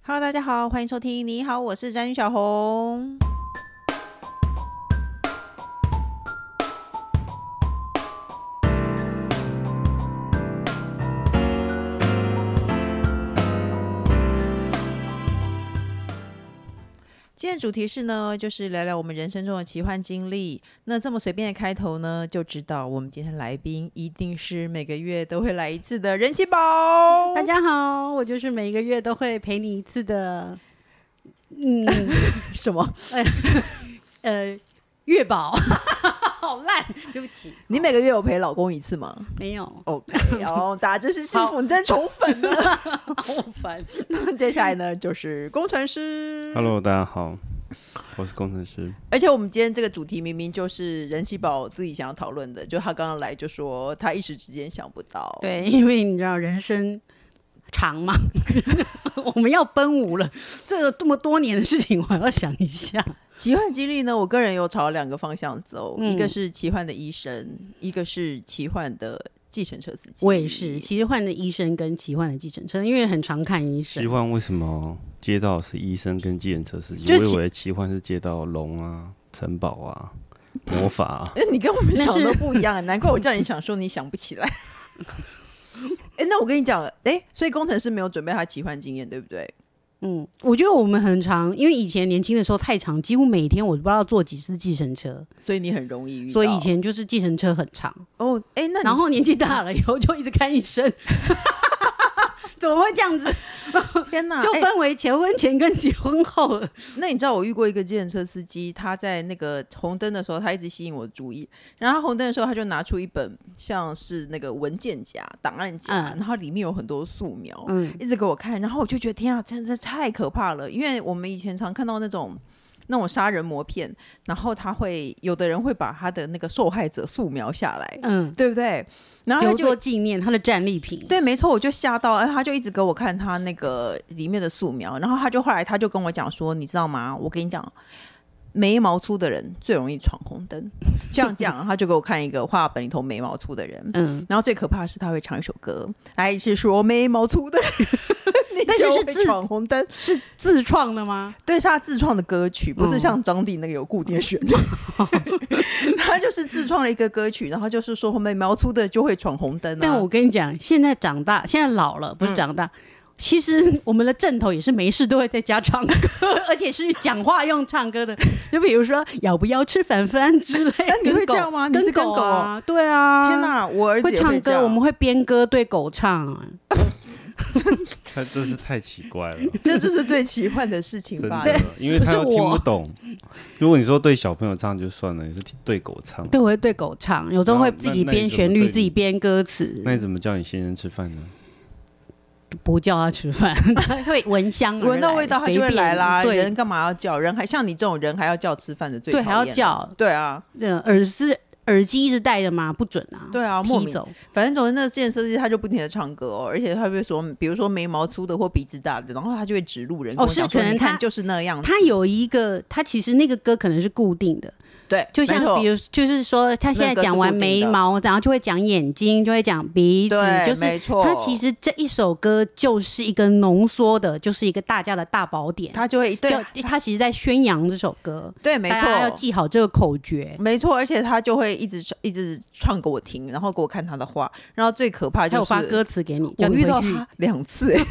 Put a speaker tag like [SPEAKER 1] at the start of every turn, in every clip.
[SPEAKER 1] Hello，大家好，欢迎收听。你好，我是詹女小红。今天的主题是呢，就是聊聊我们人生中的奇幻经历。那这么随便的开头呢，就知道我们今天来宾一定是每个月都会来一次的人气宝。
[SPEAKER 2] 大家好，我就是每一个月都会陪你一次的， 嗯，
[SPEAKER 1] 什么？
[SPEAKER 2] 呃，月宝， 好烂，对不起，
[SPEAKER 1] 你每个月有陪老公一次吗
[SPEAKER 2] 没有，
[SPEAKER 1] ？OK，然后大家真是幸福，你真宠粉呢。
[SPEAKER 2] 好烦。
[SPEAKER 1] 接下来呢，就是工程师。
[SPEAKER 3] Hello，大家好，我是工程师。
[SPEAKER 1] 而且我们今天这个主题明明就是人气宝自己想要讨论的，就他刚刚来就说他一时之间想不到。，
[SPEAKER 2] 对，因为你知道人生长嘛， 我们要奔五了，这个这么多年的事情，我还要想一下。
[SPEAKER 1] 奇幻经历呢，我个人有朝两个方向走，
[SPEAKER 2] 嗯
[SPEAKER 1] 一个是奇幻的医生，一个是奇幻的计程车司机。
[SPEAKER 2] 我也是，奇幻的医生跟奇幻的计程车，因为很常看医
[SPEAKER 3] 奇
[SPEAKER 2] 生，
[SPEAKER 3] 幻为什么接到是医生跟计程车司机？
[SPEAKER 1] 就
[SPEAKER 3] 我
[SPEAKER 1] 是
[SPEAKER 3] 以
[SPEAKER 1] 奇。
[SPEAKER 3] 为奇幻是接到龙啊、城堡啊、魔法啊
[SPEAKER 1] 哎，你跟我们
[SPEAKER 2] 那
[SPEAKER 1] 想的
[SPEAKER 2] 是
[SPEAKER 1] 都不一样，难怪我叫你想说你想不起 来。哎，那我跟你讲，哎，所以工程师没有准备他奇幻经验，对不对？
[SPEAKER 2] 嗯，我觉得我们很常，因为以前年轻的时候太长，几乎每天我都不知道坐几次计程车，
[SPEAKER 1] 所以你很容易遇到。
[SPEAKER 2] 所以以前就是计程车很长。
[SPEAKER 1] 哦，哎，那你
[SPEAKER 2] 然后年纪大了以后就一直看医 生，怎么会这样子？
[SPEAKER 1] 天哪，
[SPEAKER 2] 就
[SPEAKER 1] 哎
[SPEAKER 2] 分为前婚前跟结婚后。
[SPEAKER 1] 那你知道我遇过一个计程车司机，他在那个红灯的时候，他一直吸引我的注意。然后他红灯的时候，他就拿出一本像是那个文件夹、档案夹，
[SPEAKER 2] 嗯
[SPEAKER 1] 然后里面有很多素描，
[SPEAKER 2] 嗯
[SPEAKER 1] 一直给我看。然后我就觉得天啊，真的太可怕了，因为我们以前常看到那种。那种杀人魔片，然后他会有的人会把他的那个受害者素描下来，
[SPEAKER 2] 嗯，
[SPEAKER 1] 对不对？然后他
[SPEAKER 2] 留
[SPEAKER 1] 就
[SPEAKER 2] 作纪念他的战利品。
[SPEAKER 1] 对，没错，我就吓到，哎，他就一直给我看他那个里面的素描，然后他就后来他就跟我讲说，你知道吗？我跟你讲，眉毛粗的人最容易闯红灯，这样这 样，他就给我看一个画本里头眉毛粗的人，
[SPEAKER 2] 嗯，
[SPEAKER 1] 然后最可怕的是他会唱一首歌，来是说眉毛粗的人， 你
[SPEAKER 2] 但是
[SPEAKER 1] 就是会
[SPEAKER 2] 自
[SPEAKER 1] 闯红灯，
[SPEAKER 2] 是自创的吗？
[SPEAKER 1] 对，是他自创的歌曲，不是
[SPEAKER 2] 嗯
[SPEAKER 1] 像张帝那个有固定的旋律。 他就是自创了一个歌曲，然后就是说眉毛粗的就会闯红灯、啊。
[SPEAKER 2] 但我跟你讲，现在长大，现在老了，不是长大。其实我们的正头也是没事都会在家唱歌， 而且是讲话用唱歌的，就比如说要不要吃饭饭之 类。
[SPEAKER 1] 那你
[SPEAKER 2] 跟
[SPEAKER 1] 会
[SPEAKER 2] 狗
[SPEAKER 1] 这样吗你
[SPEAKER 2] 跟
[SPEAKER 1] 是跟哦
[SPEAKER 2] 狗啊？对啊。
[SPEAKER 1] 天！哪，我儿子
[SPEAKER 2] 会
[SPEAKER 1] 也会
[SPEAKER 2] 唱
[SPEAKER 1] 这
[SPEAKER 2] 歌，
[SPEAKER 1] 样
[SPEAKER 2] 我们会编歌对狗唱啊。
[SPEAKER 3] 他真是太奇怪 了，
[SPEAKER 1] 这就是最奇幻的事情
[SPEAKER 3] 真
[SPEAKER 1] 吧？
[SPEAKER 3] 的，因为他又
[SPEAKER 2] 就是
[SPEAKER 3] 听
[SPEAKER 2] 我
[SPEAKER 3] 不懂。如果你说对小朋友唱就算了，你是对狗唱，
[SPEAKER 2] 对，我会对狗唱，有时候会自己编旋
[SPEAKER 3] 那
[SPEAKER 2] 律，
[SPEAKER 3] 那你怎么对你
[SPEAKER 2] 自己编歌词，
[SPEAKER 3] 那你怎么叫你先生吃饭 呢？
[SPEAKER 2] 不叫它吃饭， 它会闻香而来，
[SPEAKER 1] 闻到味道它就会来啦。
[SPEAKER 2] 随便
[SPEAKER 1] 人干嘛要叫？人还像你这种人还要叫吃饭的最
[SPEAKER 2] 对对，还要
[SPEAKER 1] 讨厌。
[SPEAKER 2] 叫，
[SPEAKER 1] 对啊，
[SPEAKER 2] 呃，耳是耳机一直戴着嘛，不准啊，
[SPEAKER 1] 对啊莫
[SPEAKER 2] 踢
[SPEAKER 1] 名
[SPEAKER 2] 走，
[SPEAKER 1] 反正总之那个健身司机他就不停的唱歌哦，而且他会说，比如说眉毛粗的或鼻子大的，然后他就会指路人
[SPEAKER 2] 哦
[SPEAKER 1] 跟我讲
[SPEAKER 2] 是
[SPEAKER 1] 说
[SPEAKER 2] 可能
[SPEAKER 1] 你看
[SPEAKER 2] 他
[SPEAKER 1] 就是那样子。
[SPEAKER 2] 它有一个，它其实那个歌可能是固定的，
[SPEAKER 1] 对，
[SPEAKER 2] 就
[SPEAKER 1] 没错
[SPEAKER 2] 像比如就是说，他现在讲完眉毛，然后就会讲眼睛，就会讲鼻子，
[SPEAKER 1] 对，
[SPEAKER 2] 就是。
[SPEAKER 1] 没错，
[SPEAKER 2] 它其实这一首歌就是一个浓缩的，就是一个大家的大宝典。
[SPEAKER 1] 他就会对啊
[SPEAKER 2] 就它其实在宣扬这首歌，
[SPEAKER 1] 对，没
[SPEAKER 2] 大家要
[SPEAKER 1] 错。
[SPEAKER 2] 记好这个口诀。
[SPEAKER 1] 没错，而且他就会一直一直唱给我听，然后给我看他的画，然后最可怕
[SPEAKER 2] 还
[SPEAKER 1] 就
[SPEAKER 2] 有发
[SPEAKER 1] 是
[SPEAKER 2] 歌词给你，叫
[SPEAKER 1] 我
[SPEAKER 2] 你
[SPEAKER 1] 遇到
[SPEAKER 2] 回去。因
[SPEAKER 1] 他两 次、哎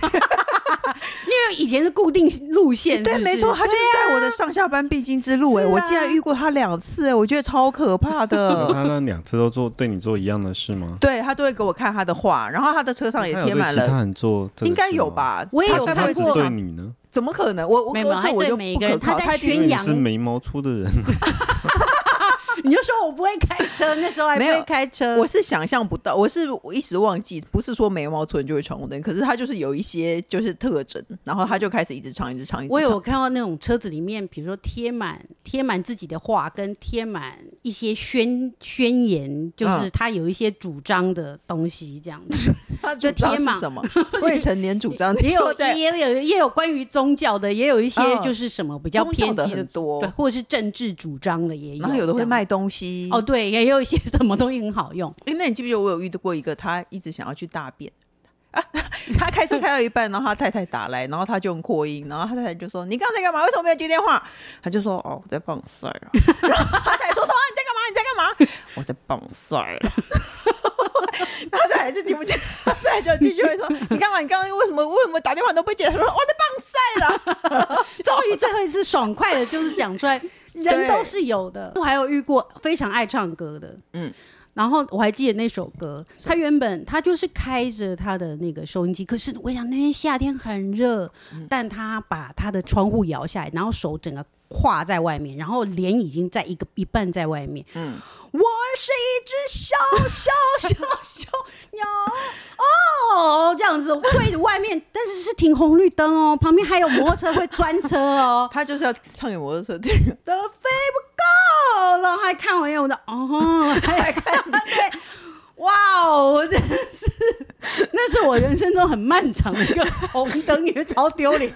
[SPEAKER 2] 为以前是固定路线，
[SPEAKER 1] 对，
[SPEAKER 2] 是不是啊
[SPEAKER 1] 没错，他就是在我的上下班必经之路、哎、
[SPEAKER 2] 是啊
[SPEAKER 1] 我竟然遇过他两次、哎，我觉得超可怕的。
[SPEAKER 3] 他那两次都做对你做一样的事吗？
[SPEAKER 1] 对他都会给我看他的画，然后他的车上也
[SPEAKER 3] 他有
[SPEAKER 1] 贴
[SPEAKER 3] 对
[SPEAKER 1] 满
[SPEAKER 3] 其他
[SPEAKER 1] 了，
[SPEAKER 3] 人做这个
[SPEAKER 1] 应该
[SPEAKER 3] 事
[SPEAKER 1] 有
[SPEAKER 3] 吗？
[SPEAKER 1] 吧？
[SPEAKER 2] 我也
[SPEAKER 1] 他
[SPEAKER 2] 有
[SPEAKER 1] 上
[SPEAKER 3] 他
[SPEAKER 1] 面
[SPEAKER 2] 看
[SPEAKER 3] 只
[SPEAKER 2] 过
[SPEAKER 1] 是
[SPEAKER 3] 对
[SPEAKER 1] 常
[SPEAKER 3] 你呢？
[SPEAKER 1] 怎么可能？我我
[SPEAKER 2] 没有
[SPEAKER 1] 我这
[SPEAKER 2] 他
[SPEAKER 1] 我
[SPEAKER 2] 对
[SPEAKER 1] 就
[SPEAKER 2] 每
[SPEAKER 1] 不
[SPEAKER 2] 一个
[SPEAKER 1] 可
[SPEAKER 2] 人
[SPEAKER 1] 靠，他
[SPEAKER 2] 他在
[SPEAKER 3] 因
[SPEAKER 2] 宣
[SPEAKER 3] 为你
[SPEAKER 2] 扬
[SPEAKER 3] 是眉毛粗的人，
[SPEAKER 2] 你就说我不会开车，那时候还不
[SPEAKER 1] 没有
[SPEAKER 2] 会开车。
[SPEAKER 1] 我是想象不到，我是我一时忘记，不是说眉毛粗人就会闯红灯，可是他就是有一些就是特征，然后他就开始一直唱，一直唱，一直唱。
[SPEAKER 2] 我有看到那种车子里面，比如说贴满贴满自己的话，跟贴满一些宣宣言，就是
[SPEAKER 1] 嗯
[SPEAKER 2] 他有一些主张的东西这样子。
[SPEAKER 1] 他
[SPEAKER 2] 就
[SPEAKER 1] 主张
[SPEAKER 2] 贴
[SPEAKER 1] 是
[SPEAKER 2] 嘛
[SPEAKER 1] 什么？未成年主张，你
[SPEAKER 2] 也有
[SPEAKER 1] 说在
[SPEAKER 2] 也有也有关于宗教的，也有一些
[SPEAKER 1] 嗯
[SPEAKER 2] 就是什么比较
[SPEAKER 1] 宗教
[SPEAKER 2] 偏
[SPEAKER 1] 的
[SPEAKER 2] 激
[SPEAKER 1] 很
[SPEAKER 2] 的，
[SPEAKER 1] 多
[SPEAKER 2] 对，，或者是政治主张的也有。
[SPEAKER 1] 然后有的
[SPEAKER 2] 这
[SPEAKER 1] 会
[SPEAKER 2] 样
[SPEAKER 1] 卖东西
[SPEAKER 2] 哦，对，也有一些什么东西很好用。
[SPEAKER 1] 诶那你记不记得我有遇到过一个，他一直想要去大便啊？ 他开车开到一半，然后他太太打来，然后他就很扩音，然后他太太就说：“你刚才干嘛？为什么没有接电话？”他就说：“哦，我在棒赛啊。” 然后他太太说：“说啊，你在干嘛？你在干嘛？我在棒赛啊。” 他太太还是听不见，他太太就继续会说：“你干嘛？你刚刚为什么为什么打电话都不接？”他说：“我在棒赛啦。”
[SPEAKER 2] 终于最后一次爽快的，就是讲出来，人都是有的。我还有遇过非常爱唱歌的，嗯
[SPEAKER 1] 嗯，
[SPEAKER 2] 然后我还记得那首歌，他原本他就是开着他的那个收音机，可是我想那天夏天很热，但他把他的窗户摇下来，然后手整个。跨在外面，然后脸已经在一个一半在外面。嗯，我是一只小小小小鸟，哦，这样子对着外面，但是是停红绿灯哦，旁边还有摩托车会钻车哦，
[SPEAKER 1] 他就是要唱给摩托车听。
[SPEAKER 2] 都飞不够，然后还看我一眼，我的哦，还看对。哇哦！我真的是，那是我人生中很漫长的一个红灯，也超丢脸。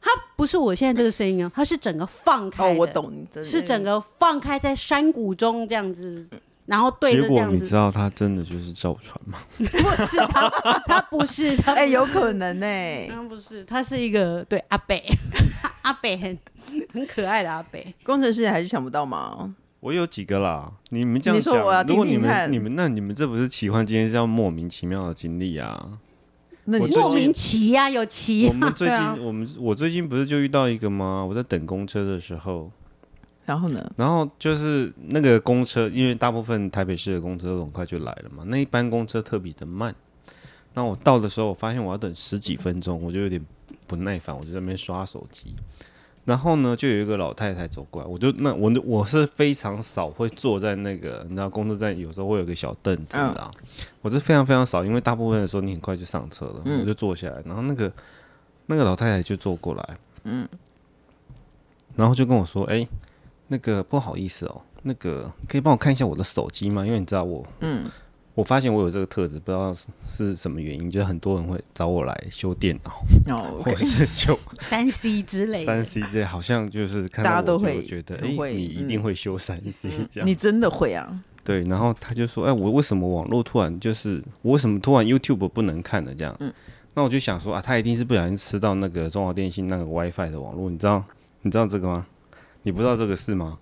[SPEAKER 2] 它不是我现在这个声音啊，它是整个放开
[SPEAKER 1] 哦，
[SPEAKER 2] 的
[SPEAKER 1] 我，懂你的
[SPEAKER 2] 是整
[SPEAKER 1] 个
[SPEAKER 2] 个放开在山谷中这样子，然后对
[SPEAKER 3] 结
[SPEAKER 2] 着这
[SPEAKER 3] 果
[SPEAKER 2] 样
[SPEAKER 3] 你知
[SPEAKER 2] 子，
[SPEAKER 3] 道他真的就是赵传吗？
[SPEAKER 2] 不是他，他 不是他，
[SPEAKER 1] 哎、有可能欸呢、
[SPEAKER 2] 嗯，不是，他是一个对阿北， 阿北很很可爱的阿北。
[SPEAKER 1] 工程师还是想不到嘛。
[SPEAKER 3] 我有几个啦，你们这样
[SPEAKER 1] 你说我要
[SPEAKER 3] 讲，如果你
[SPEAKER 1] 听听看
[SPEAKER 3] 们你们那你们这不是奇幻，今天是要莫名其妙的经历啊！
[SPEAKER 1] 那你
[SPEAKER 3] 我最
[SPEAKER 2] 莫
[SPEAKER 1] 说
[SPEAKER 3] 近
[SPEAKER 2] 名其呀、有奇
[SPEAKER 3] 我们最
[SPEAKER 1] 对
[SPEAKER 3] 近、
[SPEAKER 1] 啊
[SPEAKER 3] 我们我最近不是就遇到一个吗？我在等公车的时候，
[SPEAKER 1] 然后呢？
[SPEAKER 3] 然后就是那个公车，因为大部分台北市的公车都很快就来了嘛，那一班公车特别的慢。那我到的时候，我发现我要等十几分钟，我就有点不耐烦，我就在那边刷手机。然后呢，就有一个老太太走过来，我就那我我是非常少会坐在那个，你知道公车站有时候会有个小凳子，
[SPEAKER 1] 嗯
[SPEAKER 3] 你知道，我是非常非常少，因为大部分的时候你很快就上车了，
[SPEAKER 1] 嗯
[SPEAKER 3] 我就坐下来，然后那个那个老太太就坐过来，嗯，然后就跟我说，哎、那个不好意思哦，那个可以帮我看一下我的手机吗？因为你知道我，嗯，我发现我有这个特质，不知道是是什么原因，就是很多人会找我来修电脑，
[SPEAKER 1] 哦
[SPEAKER 3] 或是修
[SPEAKER 2] 三 C 之类
[SPEAKER 3] 三
[SPEAKER 2] 的，
[SPEAKER 3] C 这些，好像就是看
[SPEAKER 1] 大
[SPEAKER 3] 到
[SPEAKER 1] 家都
[SPEAKER 3] 我就
[SPEAKER 1] 会
[SPEAKER 3] 觉得，
[SPEAKER 1] 都
[SPEAKER 3] 哎、
[SPEAKER 1] 会嗯
[SPEAKER 3] 你一定会修三 C 这样。
[SPEAKER 1] 你真的会啊？
[SPEAKER 3] 对，然后他就说，哎、我为什么网络突然就是我为什么突然 YouTube 不能看了这
[SPEAKER 1] 嗯
[SPEAKER 3] 样？那我就想说啊，他一定是不小心吃到那个中华电信那个 WiFi 的网络，你知道你知道这个吗？你不知道这个事吗？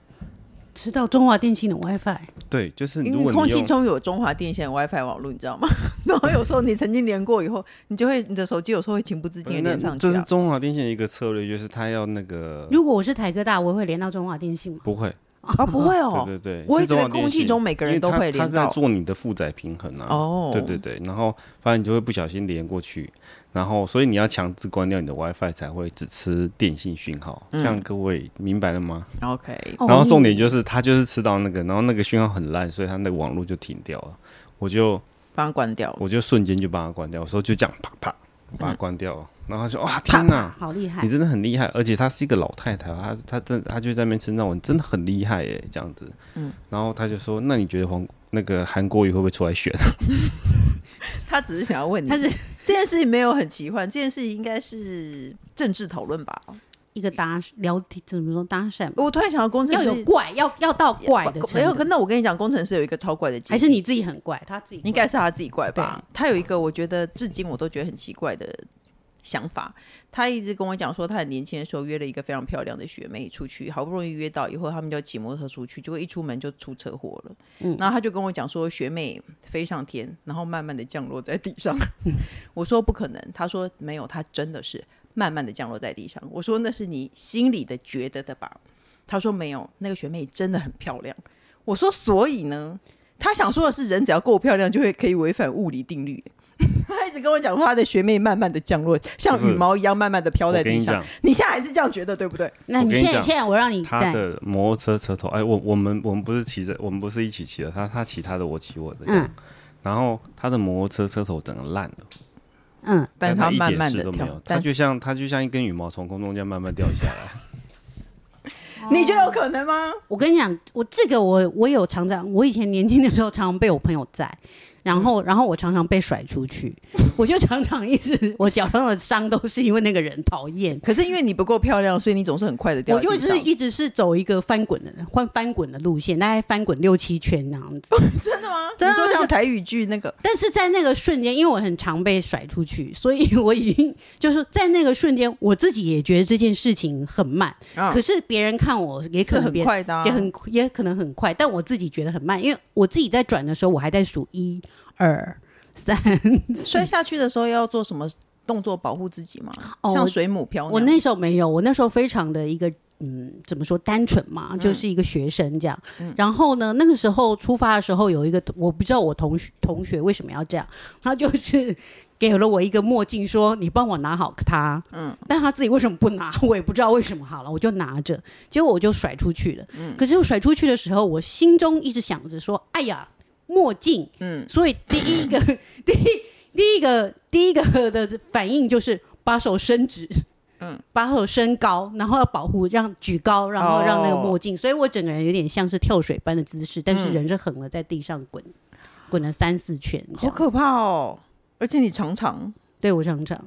[SPEAKER 2] 吃到中华电信的 WiFi，
[SPEAKER 3] 对，就是
[SPEAKER 1] 因
[SPEAKER 3] 如
[SPEAKER 1] 为
[SPEAKER 3] 果
[SPEAKER 1] 空
[SPEAKER 3] 你
[SPEAKER 1] 气
[SPEAKER 3] 用。
[SPEAKER 1] 中有中华电信的 WiFi 网络，你知道吗？然后有时候你曾经连过以后，你就会你的手机有时候会情不自禁的
[SPEAKER 3] 那
[SPEAKER 1] 连上去
[SPEAKER 3] 这是
[SPEAKER 1] 啊。
[SPEAKER 3] 中华电信的一个策略，就是他要那个
[SPEAKER 2] 如果我是台哥大，我会连到中华电信吗？
[SPEAKER 3] 不会，
[SPEAKER 1] 啊，不会哦。
[SPEAKER 3] 对对对，
[SPEAKER 1] 我一
[SPEAKER 3] 是
[SPEAKER 1] 直以
[SPEAKER 3] 中华
[SPEAKER 1] 为
[SPEAKER 3] 电
[SPEAKER 1] 空气
[SPEAKER 3] 信
[SPEAKER 1] 中每个人
[SPEAKER 3] 因为
[SPEAKER 1] 都
[SPEAKER 3] 它
[SPEAKER 1] 会
[SPEAKER 3] 它
[SPEAKER 1] 连
[SPEAKER 3] 是在
[SPEAKER 1] 到。
[SPEAKER 3] 做你的负载平衡啊。
[SPEAKER 1] 哦
[SPEAKER 3] 对对对，然后反正你就会不小心连过去，然后所以你要强制关掉你的 WiFi 才会只吃电信讯号。
[SPEAKER 1] 嗯
[SPEAKER 3] 像各位明白了吗？
[SPEAKER 1] ，OK，
[SPEAKER 2] 哦
[SPEAKER 3] 然后重点就是它就是吃到那个，然后那个讯号很烂，所以它那个网络就停掉了。我就
[SPEAKER 1] 把它关掉。
[SPEAKER 3] 我就瞬间就把它关掉，我说就这样啪啪我
[SPEAKER 1] 嗯
[SPEAKER 3] 把它关掉了，然后他说哇
[SPEAKER 2] 啪
[SPEAKER 3] 天哪！
[SPEAKER 2] 好厉害
[SPEAKER 3] 你！真的很厉害，而且她是一个老太太，她她真她就在那边称赞我，你真的很厉害耶，这样子。嗯，然后她就说，那你觉得黄那个韩国瑜会不会出来选？
[SPEAKER 1] 他只是想要问你，
[SPEAKER 2] 他是
[SPEAKER 1] 这件事情没有很奇幻，这件事情应该是政治讨论吧？
[SPEAKER 2] 一个搭聊天怎么说搭讪嘛，
[SPEAKER 1] 我突然想到工程
[SPEAKER 2] 要
[SPEAKER 1] 师
[SPEAKER 2] 有怪，要要到怪的
[SPEAKER 1] 没有
[SPEAKER 2] 程，度，
[SPEAKER 1] 那我跟你讲，工程师有一个超怪的经历，
[SPEAKER 2] 还是你自己很怪，他自己
[SPEAKER 1] 应该是他自己怪吧
[SPEAKER 2] 对？
[SPEAKER 1] 他有一个我觉得至今我都觉得很奇怪的想法。他一直跟我讲说，他很年轻的时候约了一个非常漂亮的学妹出去，好不容易约到以后，他们就骑摩托车出去，结果一出门就出车祸了。
[SPEAKER 2] 嗯
[SPEAKER 1] 然后他就跟我讲说，学妹飞上天，然后慢慢的降落在地上。我说不可能，他说没有，他真的是慢慢的降落在地上。我说那是你心里的觉得的吧？他说没有，那个学妹真的很漂亮。我说所以呢，他想说的是，人只要够漂亮，就会可以违反物理定律。他一直跟我讲说，他的学妹慢慢的降落，像
[SPEAKER 3] 不是
[SPEAKER 1] 羽毛一样慢慢的飘在
[SPEAKER 3] 我跟
[SPEAKER 1] 地
[SPEAKER 3] 你
[SPEAKER 1] 上
[SPEAKER 3] 讲。
[SPEAKER 1] 你现在还是这样觉得，对不对？
[SPEAKER 2] 那你
[SPEAKER 3] 我跟你
[SPEAKER 2] 现在
[SPEAKER 3] 讲
[SPEAKER 2] 现在我让你
[SPEAKER 3] 他
[SPEAKER 2] 在
[SPEAKER 3] 的摩托车车头，哎，我我们我们不是骑着，我们不是一起骑的，他他骑他的，我骑我的，这样。
[SPEAKER 2] 嗯
[SPEAKER 3] 然后他的摩托车车头整个烂了，
[SPEAKER 2] 嗯，
[SPEAKER 1] 但是
[SPEAKER 3] 他一
[SPEAKER 1] 慢
[SPEAKER 3] 点
[SPEAKER 1] 慢
[SPEAKER 3] 事
[SPEAKER 1] 的
[SPEAKER 3] 都没有
[SPEAKER 1] 跳，，
[SPEAKER 3] 他
[SPEAKER 1] 但
[SPEAKER 3] 就像他就像一根羽毛从空中这样慢慢掉下来。
[SPEAKER 1] 你觉得有可能吗？嗯
[SPEAKER 2] 我跟你讲，我这个我我有常常，我以前年轻的时候常常被我朋友载，然后然后我常常被甩出 去，我就常常一直我脚上的伤都是因为那个人讨厌。
[SPEAKER 1] 可是因为你不够漂亮，所以你总是很快的掉
[SPEAKER 2] 我
[SPEAKER 1] 在地
[SPEAKER 2] 就
[SPEAKER 1] 上。
[SPEAKER 2] 是一直是走一个翻滚的换翻滚的路线，大概翻滚六七圈那样子。
[SPEAKER 1] 真的吗？
[SPEAKER 2] 真的
[SPEAKER 1] 你说
[SPEAKER 2] 就
[SPEAKER 1] 像台语剧那个，
[SPEAKER 2] 但是在那个瞬间，因为我很常被甩出去，所以我已经就是在那个瞬间，我自己也觉得这件事情很慢。
[SPEAKER 1] 啊
[SPEAKER 2] 可是别人看我也可
[SPEAKER 1] 是
[SPEAKER 2] 能
[SPEAKER 1] 很
[SPEAKER 2] 别人
[SPEAKER 1] 快的、啊，
[SPEAKER 2] 也很也可能很快，但我自己觉得很慢，因为我自己在转的时候，我还在数一二三。
[SPEAKER 1] 摔下去的时候要做什么动作保护自己吗？
[SPEAKER 2] 哦
[SPEAKER 1] 像
[SPEAKER 2] 我
[SPEAKER 1] 水母漂样。
[SPEAKER 2] 我那时候没有，我那时候非常的一个嗯，怎么说单纯嘛，就是一个学生这样。然后呢，那个时候出发的时候，有一个我不知道我同学同学为什么要这样，他就是。 给了我一个墨镜，说你帮我拿好它。嗯，但他自己为什么不拿，我也不知道为什么。好了，我就拿着，结果我就甩出去了。
[SPEAKER 1] 嗯
[SPEAKER 2] 可是我甩出去的时候，我心中一直想着说：“哎呀，墨镜。”嗯，所以第一个 第一第一个第一个的反应就是把手伸直，
[SPEAKER 1] 嗯
[SPEAKER 2] 把手升高，然后要保护，让举高，然后让那个墨
[SPEAKER 1] 哦
[SPEAKER 2] 镜。所以我整个人有点像是跳水般的姿势，但是
[SPEAKER 1] 嗯
[SPEAKER 2] 人是横了在地上滚，滚了三四圈
[SPEAKER 1] 好
[SPEAKER 2] 这样。
[SPEAKER 1] 可怕哦！而且你常常，
[SPEAKER 2] 对我常常，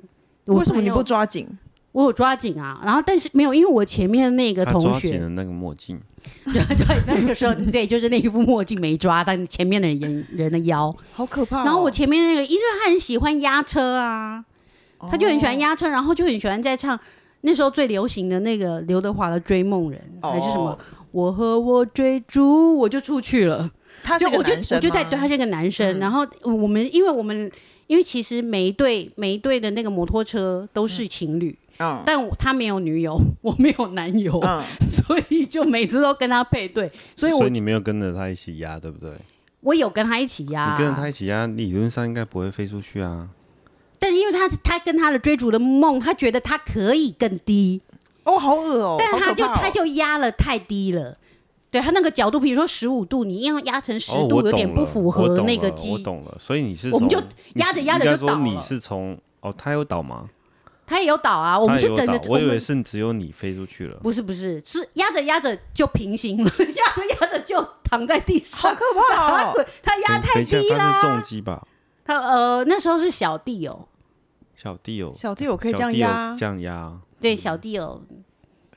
[SPEAKER 2] 我
[SPEAKER 1] 为什么你
[SPEAKER 2] 朋
[SPEAKER 1] 不
[SPEAKER 2] 友？
[SPEAKER 1] 抓紧？
[SPEAKER 2] 我有抓紧啊，然后但是没有，因为我前面那个
[SPEAKER 3] 他
[SPEAKER 2] 同
[SPEAKER 3] 抓紧
[SPEAKER 2] 学，
[SPEAKER 3] 了那个墨镜，
[SPEAKER 2] 对 对，那个时候对，就是那一副墨镜没抓，但前面的人人的腰。
[SPEAKER 1] 好可怕哦、
[SPEAKER 2] 然后我前面那个，因为他很喜欢压车啊，
[SPEAKER 1] 哦
[SPEAKER 2] 他就很喜欢压车，然后就很喜欢在唱那时候最流行的那个刘德华的《追梦人》
[SPEAKER 1] 哦
[SPEAKER 2] 还是什么。我和我追逐，我就出去了。
[SPEAKER 1] 他是
[SPEAKER 2] 就
[SPEAKER 1] 个
[SPEAKER 2] 我就
[SPEAKER 1] 男生
[SPEAKER 2] 我就在
[SPEAKER 1] 吗嗯
[SPEAKER 2] 对他是个男生，然后我们因为我们因为其实每一对每一对的那个摩托车都是情侣，
[SPEAKER 1] 嗯
[SPEAKER 2] 但我他没有女友，我没有男友，
[SPEAKER 1] 嗯，
[SPEAKER 2] 所以就每次都跟他配对。所以我
[SPEAKER 3] 所以你没有跟着他一起压，对不对？
[SPEAKER 2] 我有跟他一起呀、
[SPEAKER 3] 你跟着他一起压，理论上应该不会飞出去啊。
[SPEAKER 2] 但是因为他他跟他的追逐的梦，他觉得他可以更低，
[SPEAKER 1] 哦，好恶哦！
[SPEAKER 2] 但啊他
[SPEAKER 1] 好可
[SPEAKER 2] 就、
[SPEAKER 1] 怕哦
[SPEAKER 2] 他就压了太低了。对他那个角度，比如说十五度，你硬要压成十
[SPEAKER 3] 哦，
[SPEAKER 2] 度，
[SPEAKER 3] 我
[SPEAKER 2] 有
[SPEAKER 3] 懂
[SPEAKER 2] 点
[SPEAKER 3] 了，
[SPEAKER 2] 不符
[SPEAKER 3] 我
[SPEAKER 2] 合
[SPEAKER 3] 懂
[SPEAKER 2] 那个
[SPEAKER 3] 了我
[SPEAKER 2] 机。
[SPEAKER 3] 懂了，所以你是
[SPEAKER 2] 我们
[SPEAKER 3] 从
[SPEAKER 2] 就
[SPEAKER 3] 你
[SPEAKER 2] 压
[SPEAKER 3] 是
[SPEAKER 2] 着压着
[SPEAKER 3] 应该
[SPEAKER 2] 就
[SPEAKER 3] 说
[SPEAKER 2] 倒
[SPEAKER 3] 你
[SPEAKER 2] 了
[SPEAKER 3] 是从哦，他有倒吗？
[SPEAKER 2] 他也有倒啊，我们
[SPEAKER 3] 他也
[SPEAKER 2] 就
[SPEAKER 3] 有
[SPEAKER 2] 等着
[SPEAKER 3] 倒
[SPEAKER 2] 我
[SPEAKER 3] 我以
[SPEAKER 2] 们
[SPEAKER 3] 为是只有你飞出去了。
[SPEAKER 2] 不是不是是压着压着就平行了， 压着压着就躺在地
[SPEAKER 1] 好
[SPEAKER 2] 上
[SPEAKER 1] 可。怕
[SPEAKER 2] 他
[SPEAKER 1] 哦！
[SPEAKER 2] 滚， 他压
[SPEAKER 3] 等
[SPEAKER 2] 太
[SPEAKER 3] 等一下
[SPEAKER 2] 低，
[SPEAKER 3] 他是
[SPEAKER 2] 啦。
[SPEAKER 3] 重击吧？
[SPEAKER 2] 他呃那时候是小弟哦，
[SPEAKER 3] 小弟有，
[SPEAKER 1] 小弟，我可以
[SPEAKER 3] 小
[SPEAKER 1] 这样
[SPEAKER 3] 弟有
[SPEAKER 1] 压，
[SPEAKER 3] 这样压。
[SPEAKER 2] 对小弟哦，
[SPEAKER 1] 哎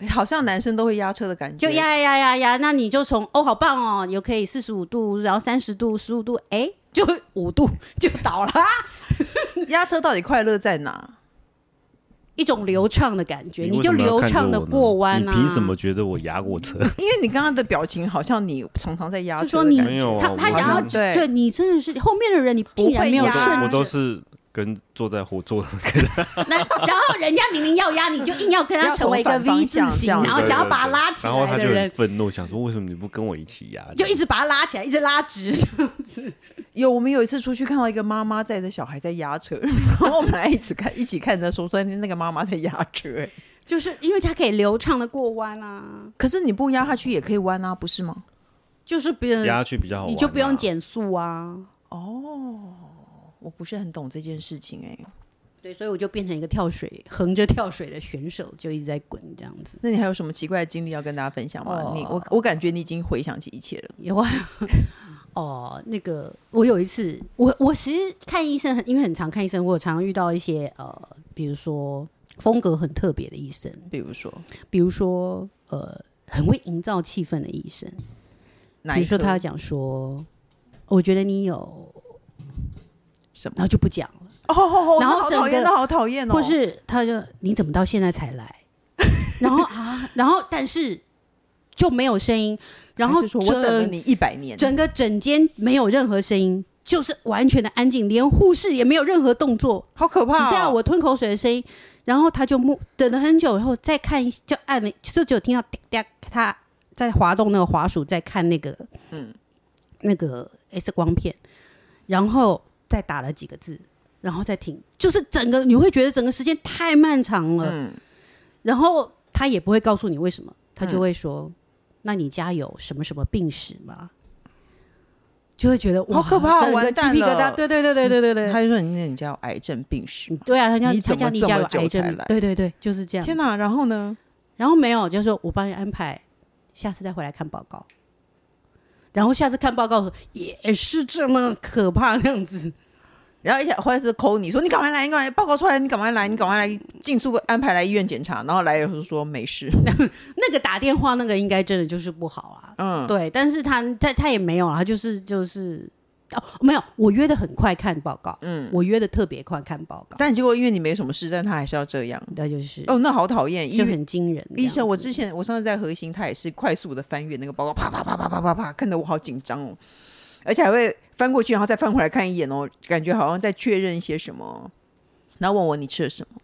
[SPEAKER 1] 好像男生都会压车的感觉，
[SPEAKER 2] 就压压压压，那你就从哦，好棒哦，有可以四十五度，然后三十度、十五度，哎，就五度 就倒了，
[SPEAKER 1] 压车到底快乐在哪？
[SPEAKER 2] 一种流畅的感觉，
[SPEAKER 3] 为
[SPEAKER 2] 就
[SPEAKER 3] 什么要
[SPEAKER 2] 流
[SPEAKER 3] 看着
[SPEAKER 2] 畅的
[SPEAKER 3] 我呢
[SPEAKER 2] 过弯啊。
[SPEAKER 3] 你凭什么？觉得我压过 车？
[SPEAKER 1] 因为你刚刚的表情好像你常常在压
[SPEAKER 2] 就
[SPEAKER 1] 车
[SPEAKER 2] 说
[SPEAKER 1] 的
[SPEAKER 2] 你
[SPEAKER 1] 感觉，
[SPEAKER 3] 没有啊
[SPEAKER 2] 他他
[SPEAKER 3] 我
[SPEAKER 2] 想要
[SPEAKER 1] 是对
[SPEAKER 2] 就你真的是后面的人，你竟然没有
[SPEAKER 1] 不会压
[SPEAKER 2] 顺
[SPEAKER 3] 我
[SPEAKER 2] 着，
[SPEAKER 3] 都是跟坐在后座的
[SPEAKER 2] 那然后人家明明要压你，就硬要跟他
[SPEAKER 1] 要
[SPEAKER 2] 成为一个
[SPEAKER 1] 从反
[SPEAKER 2] V
[SPEAKER 1] 方
[SPEAKER 2] 字
[SPEAKER 1] 向
[SPEAKER 2] 形，
[SPEAKER 1] 这样
[SPEAKER 2] 然后
[SPEAKER 1] 子
[SPEAKER 2] 想要把他拉起
[SPEAKER 3] 然后
[SPEAKER 2] 来
[SPEAKER 3] 他
[SPEAKER 2] 的
[SPEAKER 3] 就很
[SPEAKER 2] 人，
[SPEAKER 3] 愤怒，想说为什么你不跟我一起压？
[SPEAKER 2] 就一直把他拉起来，一直拉直。
[SPEAKER 1] 有，我们有一次出去看到一个妈妈载着小孩在压车，然后我们来一起看，一起看的时候，说那个妈妈在压车、欸
[SPEAKER 2] 就是因为他可以流畅的过弯啊，
[SPEAKER 1] 可是你不压下去也可以弯啊，不是吗？
[SPEAKER 2] 就是别人
[SPEAKER 3] 压去比较好玩啊，
[SPEAKER 2] 你就不用减速啊。
[SPEAKER 1] 我不是很懂这件事情哎、
[SPEAKER 2] 对，所以我就变成一个跳水横着跳水的选手，就一直在滚这样子。
[SPEAKER 1] 那你还有什么奇怪的经历要跟大家分享吗？
[SPEAKER 2] 哦
[SPEAKER 1] 你我我感觉你已经回想起一切了。
[SPEAKER 2] 有啊， 哦，那个我有一次，我我其实看医生很，因为很常看医生，我有常常遇到一些呃，比如说风格很特别的医生，
[SPEAKER 1] 比如说
[SPEAKER 2] 比如说呃，很会营造气氛的医生，
[SPEAKER 1] 哪
[SPEAKER 2] 比
[SPEAKER 1] 一
[SPEAKER 2] 如说
[SPEAKER 1] 科
[SPEAKER 2] 他讲说，我觉得你有，
[SPEAKER 1] 什么？
[SPEAKER 2] 然后就不讲了，
[SPEAKER 1] 哦哦哦，
[SPEAKER 2] 然后
[SPEAKER 1] 那好
[SPEAKER 2] 整
[SPEAKER 1] 讨厌，
[SPEAKER 2] 个
[SPEAKER 1] 那好讨厌哦。
[SPEAKER 2] 或是他就你怎么到现在才来？ 然后啊，然后但是就没有声音，然后
[SPEAKER 1] 还是说我等了
[SPEAKER 2] 整
[SPEAKER 1] 你一百年，
[SPEAKER 2] 整个整间没有任何声音，就是完全的安静，连护士也没有任何动作，
[SPEAKER 1] 好可怕、
[SPEAKER 2] 只
[SPEAKER 1] 哦。
[SPEAKER 2] 剩下我吞口水的声音。然后他就默等了很久，然后再看一，就按了，就只有听到滴滴，他在滑动那个滑鼠，在看那个嗯那个 X 光片，然后再打了几个字，然后再停，就是整个你会觉得整个时间太漫长了。
[SPEAKER 1] 嗯
[SPEAKER 2] 然后他也不会告诉你为什么，他就会说：“
[SPEAKER 1] 嗯
[SPEAKER 2] 那你家有什么什么病史吗？”就会觉得哇，
[SPEAKER 1] 好可怕
[SPEAKER 2] 整个
[SPEAKER 1] 完蛋
[SPEAKER 2] 鸡皮疙瘩
[SPEAKER 1] 了
[SPEAKER 2] 对对对对对对对，
[SPEAKER 1] 他就说你那你家有癌症病史吗？
[SPEAKER 2] 对啊，他叫
[SPEAKER 1] 你
[SPEAKER 2] 他
[SPEAKER 1] 怎
[SPEAKER 2] 叫
[SPEAKER 1] 么
[SPEAKER 2] 你
[SPEAKER 1] 这
[SPEAKER 2] 家
[SPEAKER 1] 么
[SPEAKER 2] 有
[SPEAKER 1] 久
[SPEAKER 2] 癌
[SPEAKER 1] 才
[SPEAKER 2] 症
[SPEAKER 1] 来，
[SPEAKER 2] 对对对，就是这样。
[SPEAKER 1] 天哪！然后呢？
[SPEAKER 2] 然后没有，就说我帮你安排，下次再回来看报告。然后下次看报告的时候也是这么可怕那样子。
[SPEAKER 1] 然后一下或者是抠你说你赶快来，你赶快报告出来，你赶快来，你赶快来，尽速安排来医院检查。然后来的时候说没事，
[SPEAKER 2] 那个打电话那个应该真的就是不好啊。
[SPEAKER 1] 嗯，
[SPEAKER 2] 对，但是他他他也没有啊，他就是就是哦，没有，我约的很快看报告，嗯，我约的特别快看报告，
[SPEAKER 1] 但结果因为你没什么事，但他还是要这样。
[SPEAKER 2] 那就是
[SPEAKER 1] 哦，那好讨厌！医
[SPEAKER 2] 就
[SPEAKER 1] 院
[SPEAKER 2] 很惊人这样。
[SPEAKER 1] 医生，我之前我上次在核心，他也是快速的翻阅那个报告，啪啪啪啪啪啪啪，看得我好紧张哦，而且还会翻过去，然后再翻回来看一眼哦，感觉好像在确认一些什么，然后问我你吃了什么，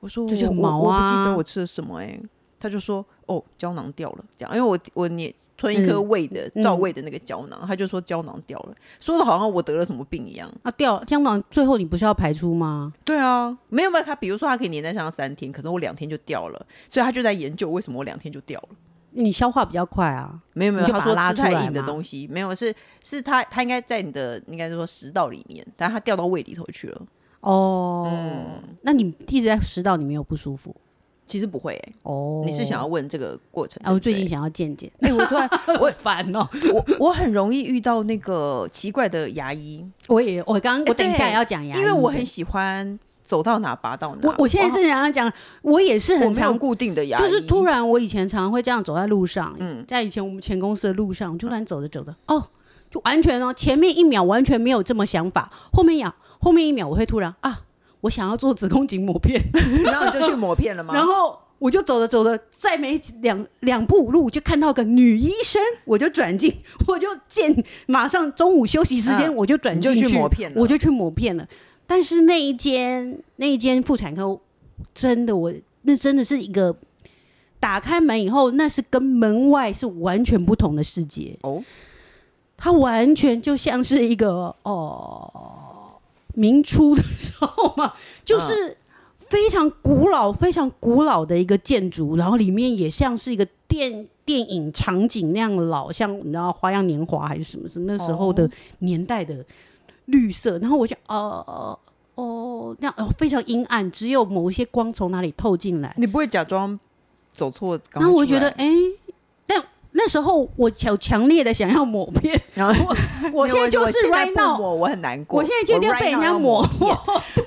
[SPEAKER 1] 我说
[SPEAKER 2] 就是
[SPEAKER 1] 我我
[SPEAKER 2] 毛
[SPEAKER 1] 我不记
[SPEAKER 2] 啊
[SPEAKER 1] 得我吃了什么哎、他就说哦胶囊掉了，这样，因为我我你吞一颗
[SPEAKER 2] 嗯
[SPEAKER 1] 胃的
[SPEAKER 2] 嗯
[SPEAKER 1] 照胃的那个胶囊，他就说胶囊掉了，说的好像我得了什么病一样。
[SPEAKER 2] 啊掉胶囊，最后你不是要排出吗？
[SPEAKER 1] 对啊，没有没有，他比如说他可以粘在身上三天，可能我两天就掉了，所以他就在研究为什么我两天就掉了。
[SPEAKER 2] 你消化比较快啊，
[SPEAKER 1] 没有没有，
[SPEAKER 2] 你就
[SPEAKER 1] 他
[SPEAKER 2] 把
[SPEAKER 1] 说
[SPEAKER 2] 它拉
[SPEAKER 1] 吃
[SPEAKER 2] 出
[SPEAKER 1] 太
[SPEAKER 2] 来
[SPEAKER 1] 硬的
[SPEAKER 2] 嘛
[SPEAKER 1] 东西，没有是是他他应该在你的应该是说食道里面，但他掉到胃里头去了。
[SPEAKER 2] 哦，
[SPEAKER 1] 嗯
[SPEAKER 2] 那你一直在食道里面有不舒服
[SPEAKER 1] 其实不会、欸，
[SPEAKER 2] 哦？
[SPEAKER 1] 你是想要问这个过程？
[SPEAKER 2] 啊？我最近
[SPEAKER 1] 对
[SPEAKER 2] 想要 见见，
[SPEAKER 1] 不对，哎、我突然
[SPEAKER 2] 我烦哦。
[SPEAKER 1] 我我很容易遇到那个奇怪的牙医，
[SPEAKER 2] 我也我刚我等一下
[SPEAKER 1] 哎对
[SPEAKER 2] 要讲牙医的，
[SPEAKER 1] 因为我很喜欢走到哪拔到哪。
[SPEAKER 2] 我我现在正想要讲，我也是
[SPEAKER 1] 我
[SPEAKER 2] 很
[SPEAKER 1] 没有
[SPEAKER 2] 常
[SPEAKER 1] 固定的牙医，
[SPEAKER 2] 就是突然，我以前常常会这样走在路上，
[SPEAKER 1] 嗯
[SPEAKER 2] 在以前我们前公司的路上，我突然走着走着，哦，就完全哦，前面一秒完全没有这么想法，后面秒后面一秒我会突然啊，我想要做子宫颈抹片，
[SPEAKER 1] 然后你就去磨片了吗？
[SPEAKER 2] 然后我就走着走着，再没几两两步路就看到个女医生，我就转进， 我就见马上中午休息时间、
[SPEAKER 1] 嗯
[SPEAKER 2] 我就转进
[SPEAKER 1] 你就去抹片了
[SPEAKER 2] 我就去抹片了。但是那一间那一间妇产科，真的我那真的是一个打开门以后，那是跟门外是完全不同的世界。
[SPEAKER 1] 哦，
[SPEAKER 2] 它完全就像是一个哦，明初的时候嘛，就是非常古老、非常古老的一个建筑，然后里面也像是一个电电影场景那样老，像你知道《花样年华》还是什么是那时候的年代的绿色，然后我就哦哦那样、哦、非常阴暗，只有某一些光从哪里透进来，
[SPEAKER 1] 你不会假装走错？赶
[SPEAKER 2] 然后
[SPEAKER 1] 快
[SPEAKER 2] 我
[SPEAKER 1] 出
[SPEAKER 2] 觉得
[SPEAKER 1] 来，
[SPEAKER 2] 哎。但那时候我强强烈的想要抹片，
[SPEAKER 1] 然后
[SPEAKER 2] 我现在就
[SPEAKER 1] 我
[SPEAKER 2] 是 right
[SPEAKER 1] 不
[SPEAKER 2] now，
[SPEAKER 1] 抹我很难过。
[SPEAKER 2] 我现在就一定要
[SPEAKER 1] right
[SPEAKER 2] 被人
[SPEAKER 1] now
[SPEAKER 2] 家
[SPEAKER 1] 要
[SPEAKER 2] 抹
[SPEAKER 1] 片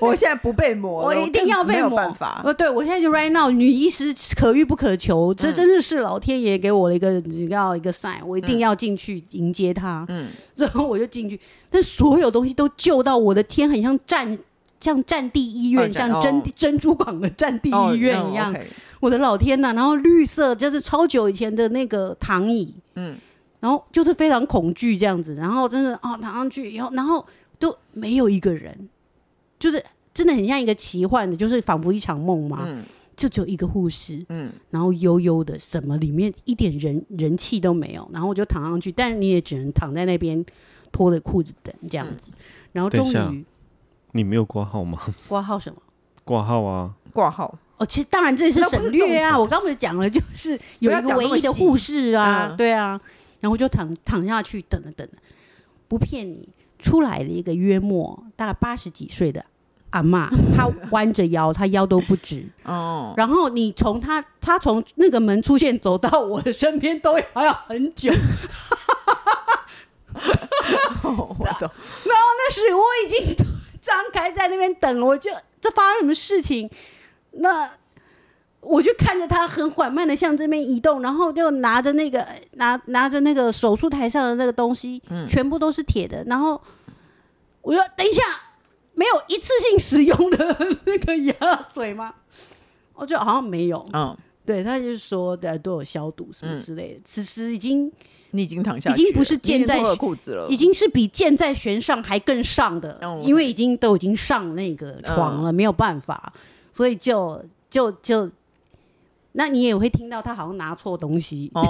[SPEAKER 1] 我现在不被磨了，
[SPEAKER 2] 我一定要被
[SPEAKER 1] 没有
[SPEAKER 2] 抹
[SPEAKER 1] 办法。
[SPEAKER 2] 哦，对，我现在就 right now，女医师可遇不可求，这
[SPEAKER 1] 嗯
[SPEAKER 2] 真的是老天爷给我的一个你知道一个 sign，我一定要进去迎接她。
[SPEAKER 1] 嗯，
[SPEAKER 2] 然后我就进去，但所有东西都救到我的天，很像战像战地医院，
[SPEAKER 1] 哦战
[SPEAKER 2] 像珍
[SPEAKER 1] 哦
[SPEAKER 2] 珍珠港的战地医院一样。
[SPEAKER 1] 哦，OK
[SPEAKER 2] 我的老天呐！然后绿色就是超久以前的那个躺椅，
[SPEAKER 1] 嗯，
[SPEAKER 2] 然后就是非常恐惧这样子，然后真的哦躺上去以后，然后都没有一个人，就是真的很像一个奇幻的，就是仿佛一场梦嘛，
[SPEAKER 1] 嗯
[SPEAKER 2] 就只有一个护士，
[SPEAKER 1] 嗯，
[SPEAKER 2] 然后悠悠的什么里面一点人人气都没有，然后我就躺上去，但你也只能躺在那边脱着裤子等这样子，
[SPEAKER 1] 嗯
[SPEAKER 2] 然后
[SPEAKER 3] 等
[SPEAKER 2] 终
[SPEAKER 3] 一下
[SPEAKER 2] 于
[SPEAKER 3] 你没有挂号吗？
[SPEAKER 2] 挂号什么。
[SPEAKER 3] 挂号啊，
[SPEAKER 1] 挂 号，
[SPEAKER 2] 哦，其实当然这是
[SPEAKER 1] 那不
[SPEAKER 2] 省
[SPEAKER 1] 是
[SPEAKER 2] 略啊！
[SPEAKER 1] 重
[SPEAKER 2] 我刚不是讲了，就是有
[SPEAKER 1] 要
[SPEAKER 2] 一个
[SPEAKER 1] 讲
[SPEAKER 2] 唯
[SPEAKER 1] 那么
[SPEAKER 2] 一的
[SPEAKER 1] 细
[SPEAKER 2] 护士啊，
[SPEAKER 1] 嗯
[SPEAKER 2] 对啊，然后就躺躺下去等了等了，不骗你，出来的一个约莫大概八十几岁的阿 嬷，她弯着腰，她腰都不直，
[SPEAKER 1] 哦，
[SPEAKER 2] 然后你从她她从那个门出现走到我的身边都要要很久，
[SPEAKER 1] 哦我 懂，
[SPEAKER 2] 那时我已经张开在那边等了，我就这发生什么事情？那我就看着他很缓慢的向这边移动，然后就拿着那个拿拿着那个手术台上的那个东西，全部都是铁的，然后我说等一下，没有一次性使用的那个牙嘴吗？我就好像没有，嗯
[SPEAKER 1] 嗯，
[SPEAKER 2] 对，他就说的都有消毒什么之类的。此时已经
[SPEAKER 1] 你已经躺下去
[SPEAKER 2] 已
[SPEAKER 1] 了，
[SPEAKER 2] 经不是箭在
[SPEAKER 1] 你已经脱了裤子了
[SPEAKER 2] 已，经是比箭在弦上还更上的，
[SPEAKER 1] 哦嗯
[SPEAKER 2] 因为已经都已经上那个床了，没有办法，所以就就就，那你也会听到他好像拿错东西，
[SPEAKER 1] 哦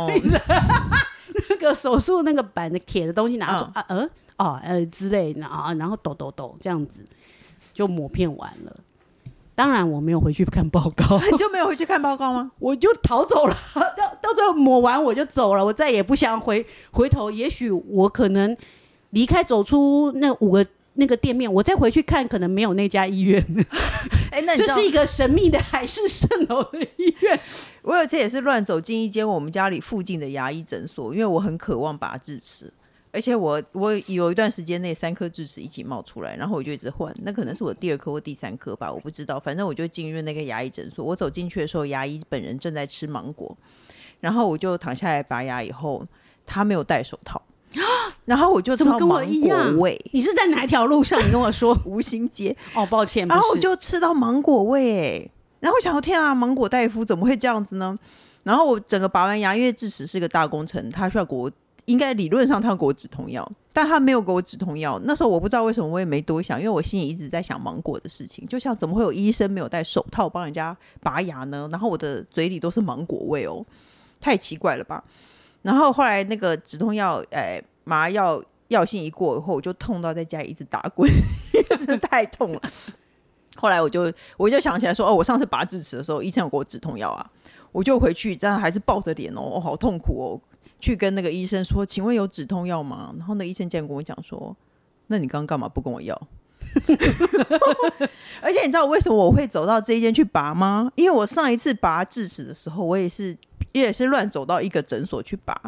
[SPEAKER 2] 那个手术那个板的铁的东西拿错、
[SPEAKER 1] 嗯
[SPEAKER 2] 啊呃哦呃之类的啊，然后抖抖抖这样子就抹片完了。当然我没有回去看报告，
[SPEAKER 1] 你就没有回去看报告吗？
[SPEAKER 2] 我就逃走了， 到到最后抹完我就走了，我再也不想回回头。也许我可能离开，走出那五个那个店面，我再回去看，可能没 有那家医院，
[SPEAKER 1] 哎，那你
[SPEAKER 2] 这
[SPEAKER 1] 知道
[SPEAKER 2] 是一个神秘的海市蜃楼的医院。
[SPEAKER 1] 我有一次也是乱走进一间我们家里附近的牙医诊所，因为我很渴望拔智齿，而且我我有一段时间内三颗智齿一起冒出来，然后我就一直换，那可能是我第二颗或第三颗吧，我不知道，反正我就进入那个牙医诊所，我走进去的时候，牙医本人正在吃芒果，然后我就躺下来拔牙以后，他没有戴手套，然后我就
[SPEAKER 2] 怎么
[SPEAKER 1] 吃到
[SPEAKER 2] 跟我
[SPEAKER 1] 芒
[SPEAKER 2] 一
[SPEAKER 1] 果
[SPEAKER 2] 样
[SPEAKER 1] 味，
[SPEAKER 2] 你是在哪条路上？你跟我说
[SPEAKER 1] 无形街，
[SPEAKER 2] 哦，抱歉，不
[SPEAKER 1] 然后我
[SPEAKER 2] 是
[SPEAKER 1] 就吃到芒果味、欸，然后我想说，天啊，芒果大夫怎么会这样子呢？然后我整个拔完牙，因为智齿是个大工程，他需要给我，应该理论上他要给我止痛药，但他没有给我止痛药。那时候我不知道为什么，我也没多想，因为我心里一直在想芒果的事情，就像怎么会有医生没有戴手套帮人家拔牙呢？然后我的嘴里都是芒果味哦，太奇怪了吧？然后后来那个止痛药，哎，麻药药性一过以后，我就痛到在家里一直打滚， 真的太痛了。后来我就我就想起来说，哦，我上次拔智齿的时候，医生有给我止痛药啊，我就回去，但还是抱着脸哦，哦，好痛苦哦，去跟那个医生说，请问有止痛药吗？然后那医生竟然跟我讲说，那你刚刚干嘛不跟我要？ 而且你知道为什么我会走到这一间去拔吗？因为我上一次拔智齿的时候，我也是也是乱走到一个诊所去拔，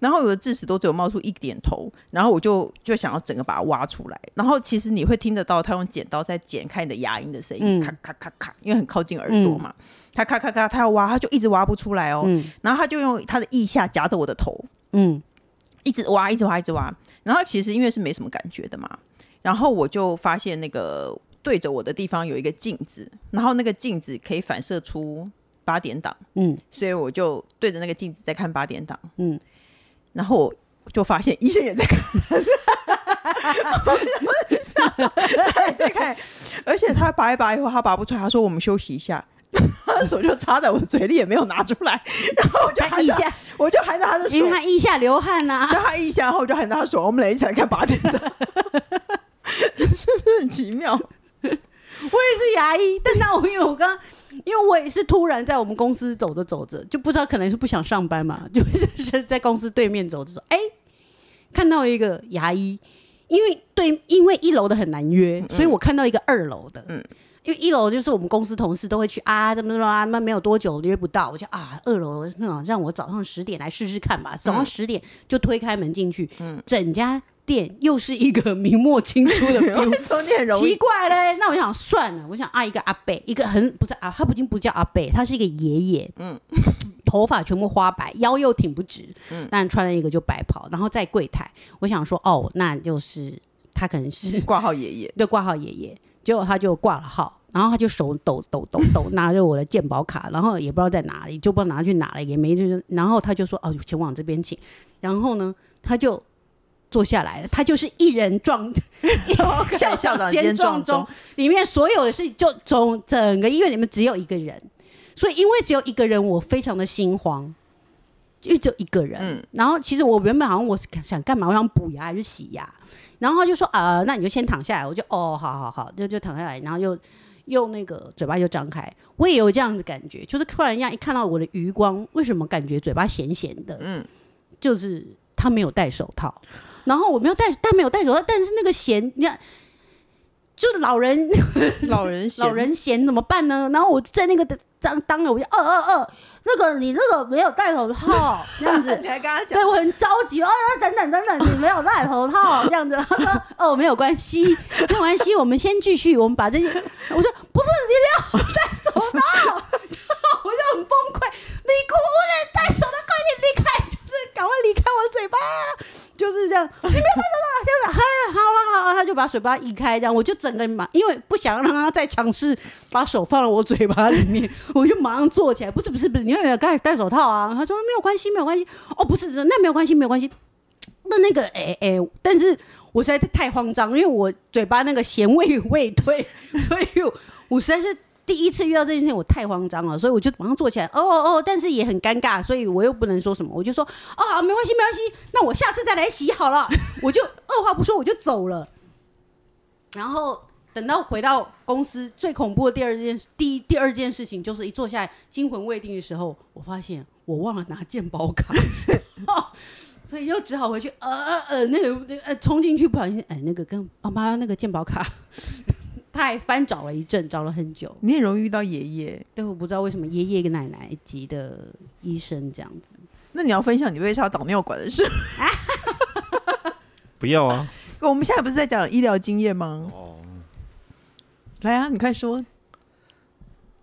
[SPEAKER 1] 然后我的智齿都只有冒出一点头，然后我就就想要整个把它挖出来。然后其实你会听得到他用剪刀在剪开你的牙龈的声音，
[SPEAKER 2] 嗯
[SPEAKER 1] 咔咔咔咔，因为很靠近耳朵嘛。他咔咔咔，他要挖，他就一直挖不出来哦。
[SPEAKER 2] 嗯
[SPEAKER 1] 然后他就用他的腋下夹着我的头，
[SPEAKER 2] 嗯，
[SPEAKER 1] 一直挖，一直挖，一直挖。然后其实因为是没什么感觉的嘛，然后我就发现那个对着我的地方有一个镜子，然后那个镜子可以反射出八点档，
[SPEAKER 2] 嗯，
[SPEAKER 1] 所以我就对着那个镜子在看八点档，
[SPEAKER 2] 嗯，
[SPEAKER 1] 然后我。就发现医生也在看， 我也在看，而且他拔一拔以后，他拔不出来，他说我们休息一下， 他的手就插在我嘴里，也没有拿出来，然后我就
[SPEAKER 2] 他
[SPEAKER 1] 含
[SPEAKER 2] 腋
[SPEAKER 1] 着，
[SPEAKER 2] 下，
[SPEAKER 1] 我就含着他的手，
[SPEAKER 2] 因为他腋下流汗啊呐、
[SPEAKER 1] 但他一下后就喊他手，我们俩一起来看八点档，是不 是很奇妙？
[SPEAKER 2] 我也是牙医，但那我因为我刚，因为我也是突然在我们公司走着走着，就不知道可能是不想上班嘛，就 就是在公司对面走着走，哎、看到一个牙医，因为对，因为一楼的很难约，所以我看到一个二楼的，嗯。因为一楼就是我们公司同事都会去啊，怎么怎么啊，那没有多久约不到，我就啊，二楼那种让我早上十点来试试看吧，早上十点就推开门进去，整家店又是一个明末清初 的 view，
[SPEAKER 1] 为什么你很容
[SPEAKER 2] 奇
[SPEAKER 1] 易？
[SPEAKER 2] 怪嘞，那我想算了，我想啊，一个阿伯，一个很不是啊，他不仅不叫阿伯，他是一个爷爷，嗯，头发全部花白，腰又挺不直，嗯，但穿了一个就白袍，然后在柜台，我想说哦，那就是他可能是
[SPEAKER 1] 挂号爷爷，
[SPEAKER 2] 就挂号爷爷，结果他就挂了号，然后他就手抖抖抖抖，拿着我的健保卡，然后也不知道在哪里，就不知道拿去哪了，也没就是，然后他就说哦，前往这边请，然后呢，他就坐下来了，他就是一人撞校
[SPEAKER 1] 校长
[SPEAKER 2] 兼
[SPEAKER 1] 兼
[SPEAKER 2] 撞
[SPEAKER 1] 撞
[SPEAKER 2] 钟
[SPEAKER 1] 钟，
[SPEAKER 2] 里面所有的事就总整个医院里面只有一个人，所以因为只有一个人，我非常的心慌。因为只有一个人，
[SPEAKER 1] 嗯
[SPEAKER 2] 然后其实我原本好像我是想干嘛，我想补牙还是洗牙，然后他就说呃，那你就先躺下来，我就哦，好好好，就就躺下来，然后又又那个嘴巴就张开，我也有这样的感觉，就是突然一样一看到我的余光，为什么感觉嘴巴咸咸的？嗯
[SPEAKER 1] 嗯，
[SPEAKER 2] 就是他没有戴手套，然后我没有戴，但没有戴手套，但是那个咸，你看。就老人
[SPEAKER 1] 老人嫌
[SPEAKER 2] 老人咸怎么办呢？然后我在那个当当了，我就哦哦哦，那个你那个没有戴手套，这样子，
[SPEAKER 1] 你还跟他讲
[SPEAKER 2] 对，我很着急哦，等等等等，你没有戴头套这样子。 他说：“哦，没有关系，没有关系，我们先继续，我们把这些。”我说：“不是，你没有戴手套。”我就很崩溃，你给我人戴手套，快点离开，就是赶快离开我的嘴巴，就是这样。你没有戴手套，这样子， 哎，好了好了，他就把嘴巴移开，这样我就整个马，因为不想让他再尝试把手放到我嘴巴里面， 我就马上坐起来，不是不是不是，你有没有戴戴手套啊？他说没有关系，没有关系。哦，不是，那没有关系，没有关系。那那个，哎、哎、但是我实在是太慌张，因为我嘴巴那个咸味未退， 所以我我实在是第一次遇到这件事情，我太慌张了，所以我就马上坐起来。哦哦哦，但是也很尴尬，所以我又不能说什么，我就说哦，好没关系，没关系，那我下次再来洗好了。 我就二话不说，我就走了。然后等到回到公司，最恐怖的第二件事，第一第二件事情就是一坐下来惊魂未定的时候，我发现我忘了拿健保卡， 所以又只好回 去，呃呃呃，那个那个呃冲进去，不小心，哎，那个跟妈妈那个健保卡他还翻找了一阵，找了很久。
[SPEAKER 1] 你很容易遇到爷爷。
[SPEAKER 2] 但我不知道为什么爷爷跟奶奶级的医生这样子，
[SPEAKER 1] 那你要分享你被插导尿管的事？
[SPEAKER 3] 不要啊！
[SPEAKER 1] 我们现在不是在讲医疗经验吗？
[SPEAKER 3] 哦，
[SPEAKER 1] 来啊，你快说。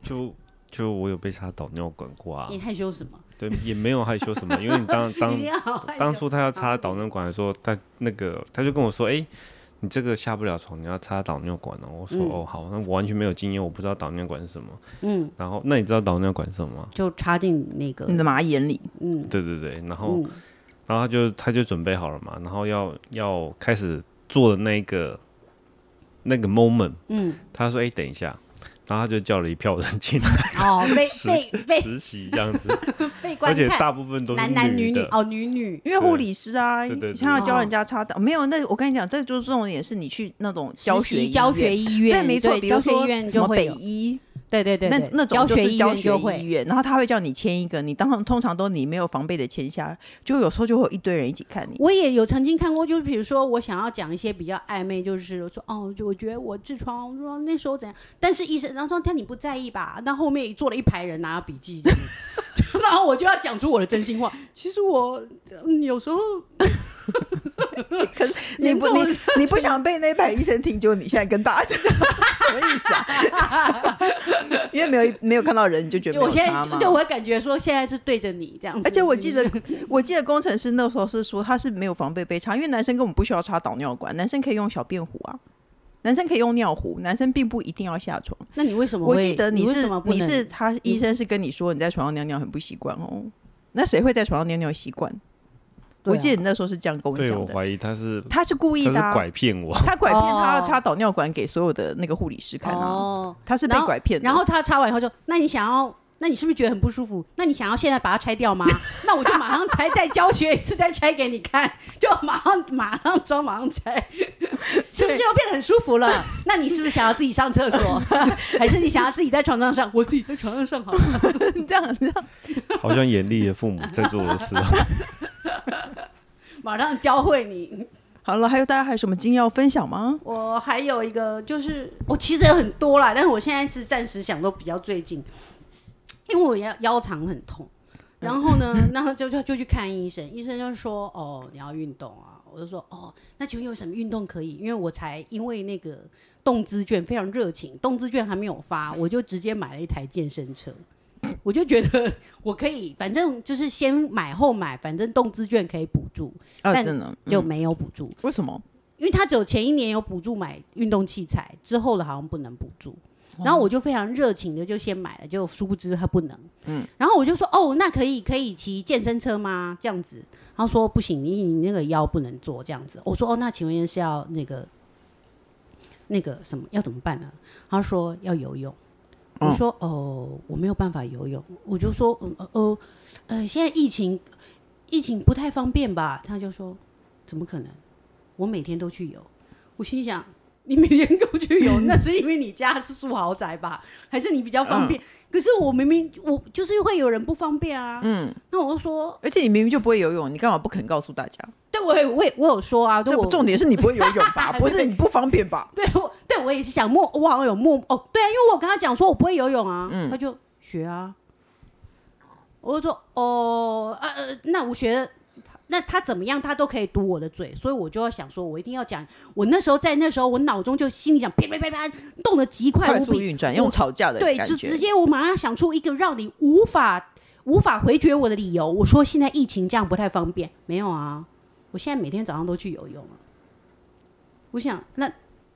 [SPEAKER 3] 就就我有被他导尿管过啊
[SPEAKER 2] 你，害羞什么？
[SPEAKER 3] 对，也没有害羞什么，因为 你当当
[SPEAKER 2] 一定要害羞
[SPEAKER 3] 当初他要插导尿管的时候，他那个他就跟我说：“哎、你这个下不了床，你要插导尿管哦。”我说：“哦，好，那我完全没有经验，我不知道导尿管是什么。”
[SPEAKER 2] 嗯，
[SPEAKER 3] 然后那你知道导尿管是什么吗？
[SPEAKER 2] 就插进那个
[SPEAKER 1] 你的马眼里，
[SPEAKER 2] 嗯
[SPEAKER 3] 对对对，然后
[SPEAKER 2] 嗯
[SPEAKER 3] 然后他就他就准备好了嘛，然后要要开始做的那个那个 moment，
[SPEAKER 2] 嗯，
[SPEAKER 3] 他说：“哎、等一下。”然后他就叫了一票人 进来
[SPEAKER 2] 哦，被
[SPEAKER 3] 是
[SPEAKER 2] 被被
[SPEAKER 3] 实习这样子，
[SPEAKER 2] 被
[SPEAKER 3] 而
[SPEAKER 2] 观
[SPEAKER 3] 且
[SPEAKER 2] 看，
[SPEAKER 3] 大部分都是
[SPEAKER 2] 男男女女
[SPEAKER 3] 的。
[SPEAKER 2] 哦，女女
[SPEAKER 1] 因为护理师啊，
[SPEAKER 3] 对对对对
[SPEAKER 1] 他要教人家插导，没有那我跟你讲，这就是重点是你去那种教学
[SPEAKER 2] 实习
[SPEAKER 1] 医
[SPEAKER 2] 教
[SPEAKER 1] 院
[SPEAKER 2] 学医院，
[SPEAKER 1] 对，没错，比如
[SPEAKER 2] 教学医
[SPEAKER 1] 说
[SPEAKER 2] 院
[SPEAKER 1] 什
[SPEAKER 2] 就
[SPEAKER 1] 么
[SPEAKER 2] 会
[SPEAKER 1] 北
[SPEAKER 2] 有，
[SPEAKER 1] 医，
[SPEAKER 2] 对对对，
[SPEAKER 1] 那
[SPEAKER 2] 对
[SPEAKER 1] 那种
[SPEAKER 2] 教
[SPEAKER 1] 就
[SPEAKER 2] 学
[SPEAKER 1] 是
[SPEAKER 2] 医
[SPEAKER 1] 教
[SPEAKER 2] 院
[SPEAKER 1] 学
[SPEAKER 2] 就
[SPEAKER 1] 医
[SPEAKER 2] 会，
[SPEAKER 1] 院，然后他会叫你签一个，你当通常都你没有防备的签下，就有时候就会有一堆人一起看你。
[SPEAKER 2] 我也有曾经看过，就是比如说我想要讲一些比较暧昧，就是我说哦，就我觉得我痔疮，我说那时候怎样，但是医生然后说但你不在意吧？那后面坐了一排人拿着笔记这样 子，然后我就要讲出我的真 心话。其实我、嗯有时候
[SPEAKER 1] 嗯可是你不
[SPEAKER 2] 严
[SPEAKER 1] 你
[SPEAKER 2] 重啊
[SPEAKER 1] 你不想被那排医生听，就你现在跟大家讲 什么意思啊？ 因为没有没有看到人，你就觉得没
[SPEAKER 2] 我
[SPEAKER 1] 有
[SPEAKER 2] 现
[SPEAKER 1] 差
[SPEAKER 2] 在
[SPEAKER 1] 嘛
[SPEAKER 2] 对。我会感觉说现在是对着你这样子，嗯
[SPEAKER 1] 而且我记得，我记得工程师那时候是说他是没有防备被插，因为男生根本不需要插导尿管，男生可以用小便壶啊，男生可以用尿壶，男生并不一定要下床。
[SPEAKER 2] 那你为什么会？
[SPEAKER 1] 我记得
[SPEAKER 2] 你为
[SPEAKER 1] 是
[SPEAKER 2] 什么不
[SPEAKER 1] 你
[SPEAKER 2] 能
[SPEAKER 1] 是他医生是跟你说你在床上尿尿很不习惯哦，那谁会在床上尿尿习惯？
[SPEAKER 2] 对啊
[SPEAKER 1] 我记得你那时候是这样跟我
[SPEAKER 3] 对
[SPEAKER 1] 讲
[SPEAKER 3] 我
[SPEAKER 1] 的，
[SPEAKER 3] 怀疑他是
[SPEAKER 1] 他是故意
[SPEAKER 3] 他
[SPEAKER 1] 的
[SPEAKER 3] 是
[SPEAKER 1] 啊、
[SPEAKER 3] 拐骗我。
[SPEAKER 1] 他拐骗
[SPEAKER 2] 哦
[SPEAKER 1] 他要插导尿管给所有的那个护理师看啊，
[SPEAKER 2] 哦，
[SPEAKER 1] 他是被拐骗的
[SPEAKER 2] 然后他插完以后就，那你想要，那你是不是觉得很不舒服？那你想要现在把它拆掉 吗？那我就马上拆，再教学一次，再拆给你看，就马上马上装，马上拆，是不是又变得很舒服了？那你是不是想要自己上厕 所，还是你想要自己在床上上？我自己在床上上好了。
[SPEAKER 1] 这样这样
[SPEAKER 3] 好像严厉的父母在做 的事、啊。
[SPEAKER 2] 马上教会你。
[SPEAKER 1] 好了，还有大家还有什么经验要分享吗？
[SPEAKER 2] 我还有一个就是，我其实有很多啦，但是我现在是暂时想都比较最近，因为我腰腰肠很痛，然后呢，然后就就就去看医生，医生就说哦，你要运动啊，我就说哦，那请问有什么运动可以？因为我才因为那个动资券非常热情，动资券还没有发，我就直接买了一台健身车。我就觉得我可以，反正就是先买后买，反正动资券可以补助，
[SPEAKER 1] 啊，
[SPEAKER 2] 但
[SPEAKER 1] 真的
[SPEAKER 2] 就
[SPEAKER 1] 嗯
[SPEAKER 2] 没有补助。
[SPEAKER 1] 为什么？
[SPEAKER 2] 因为他只有前一年有补助买运动器材，之后的好像不能补助。然后我就非常热情的就先买了，就殊不知他不能。嗯，然后我就说哦，那可以可以骑健身车吗？这样子，他说不行，你你那个腰不能坐这样子。我说哦，那请问是要那个那个什么要怎么办呢？他说要游泳。我说哦，我没有办法游泳，我就说嗯呃呃呃，现在疫情疫情不太方便吧？他就说怎么可能？我每天都去游。我心想， 你每天都 去游，那是因为你家是住豪宅吧？还是你比较方
[SPEAKER 1] 嗯
[SPEAKER 2] 便？可是我明明我就是会有人不方便啊。嗯，那我就说，
[SPEAKER 1] 而且你明明就不会游泳，你干嘛不肯告诉大家？
[SPEAKER 2] 对我也我也我有说啊，
[SPEAKER 1] 这
[SPEAKER 2] 我
[SPEAKER 1] 不重点是你不会游泳 吧？不是你不方便吧？
[SPEAKER 2] 对我对我也是想默，我好像有默哦，对啊，因为我跟他讲说我不会游泳啊，
[SPEAKER 1] 嗯
[SPEAKER 2] 他就学啊，我就说哦呃呃，那我学了。那他怎么样，他都可以堵我的嘴，所以我就要想说，我一定要讲。我那时候在那时候，我脑中就心里想，啪啪啪啪，动得极快
[SPEAKER 1] 快
[SPEAKER 2] 无
[SPEAKER 1] 速
[SPEAKER 2] 比，
[SPEAKER 1] 运转，
[SPEAKER 2] 我
[SPEAKER 1] 用吵架的
[SPEAKER 2] 对，
[SPEAKER 1] 感
[SPEAKER 2] 就
[SPEAKER 1] 觉
[SPEAKER 2] 直。接我马上想出一个让你无法无法回绝我的理由。我说现在疫情这样不太方便，没有啊，我现在每天早上都去游泳啊。我想，那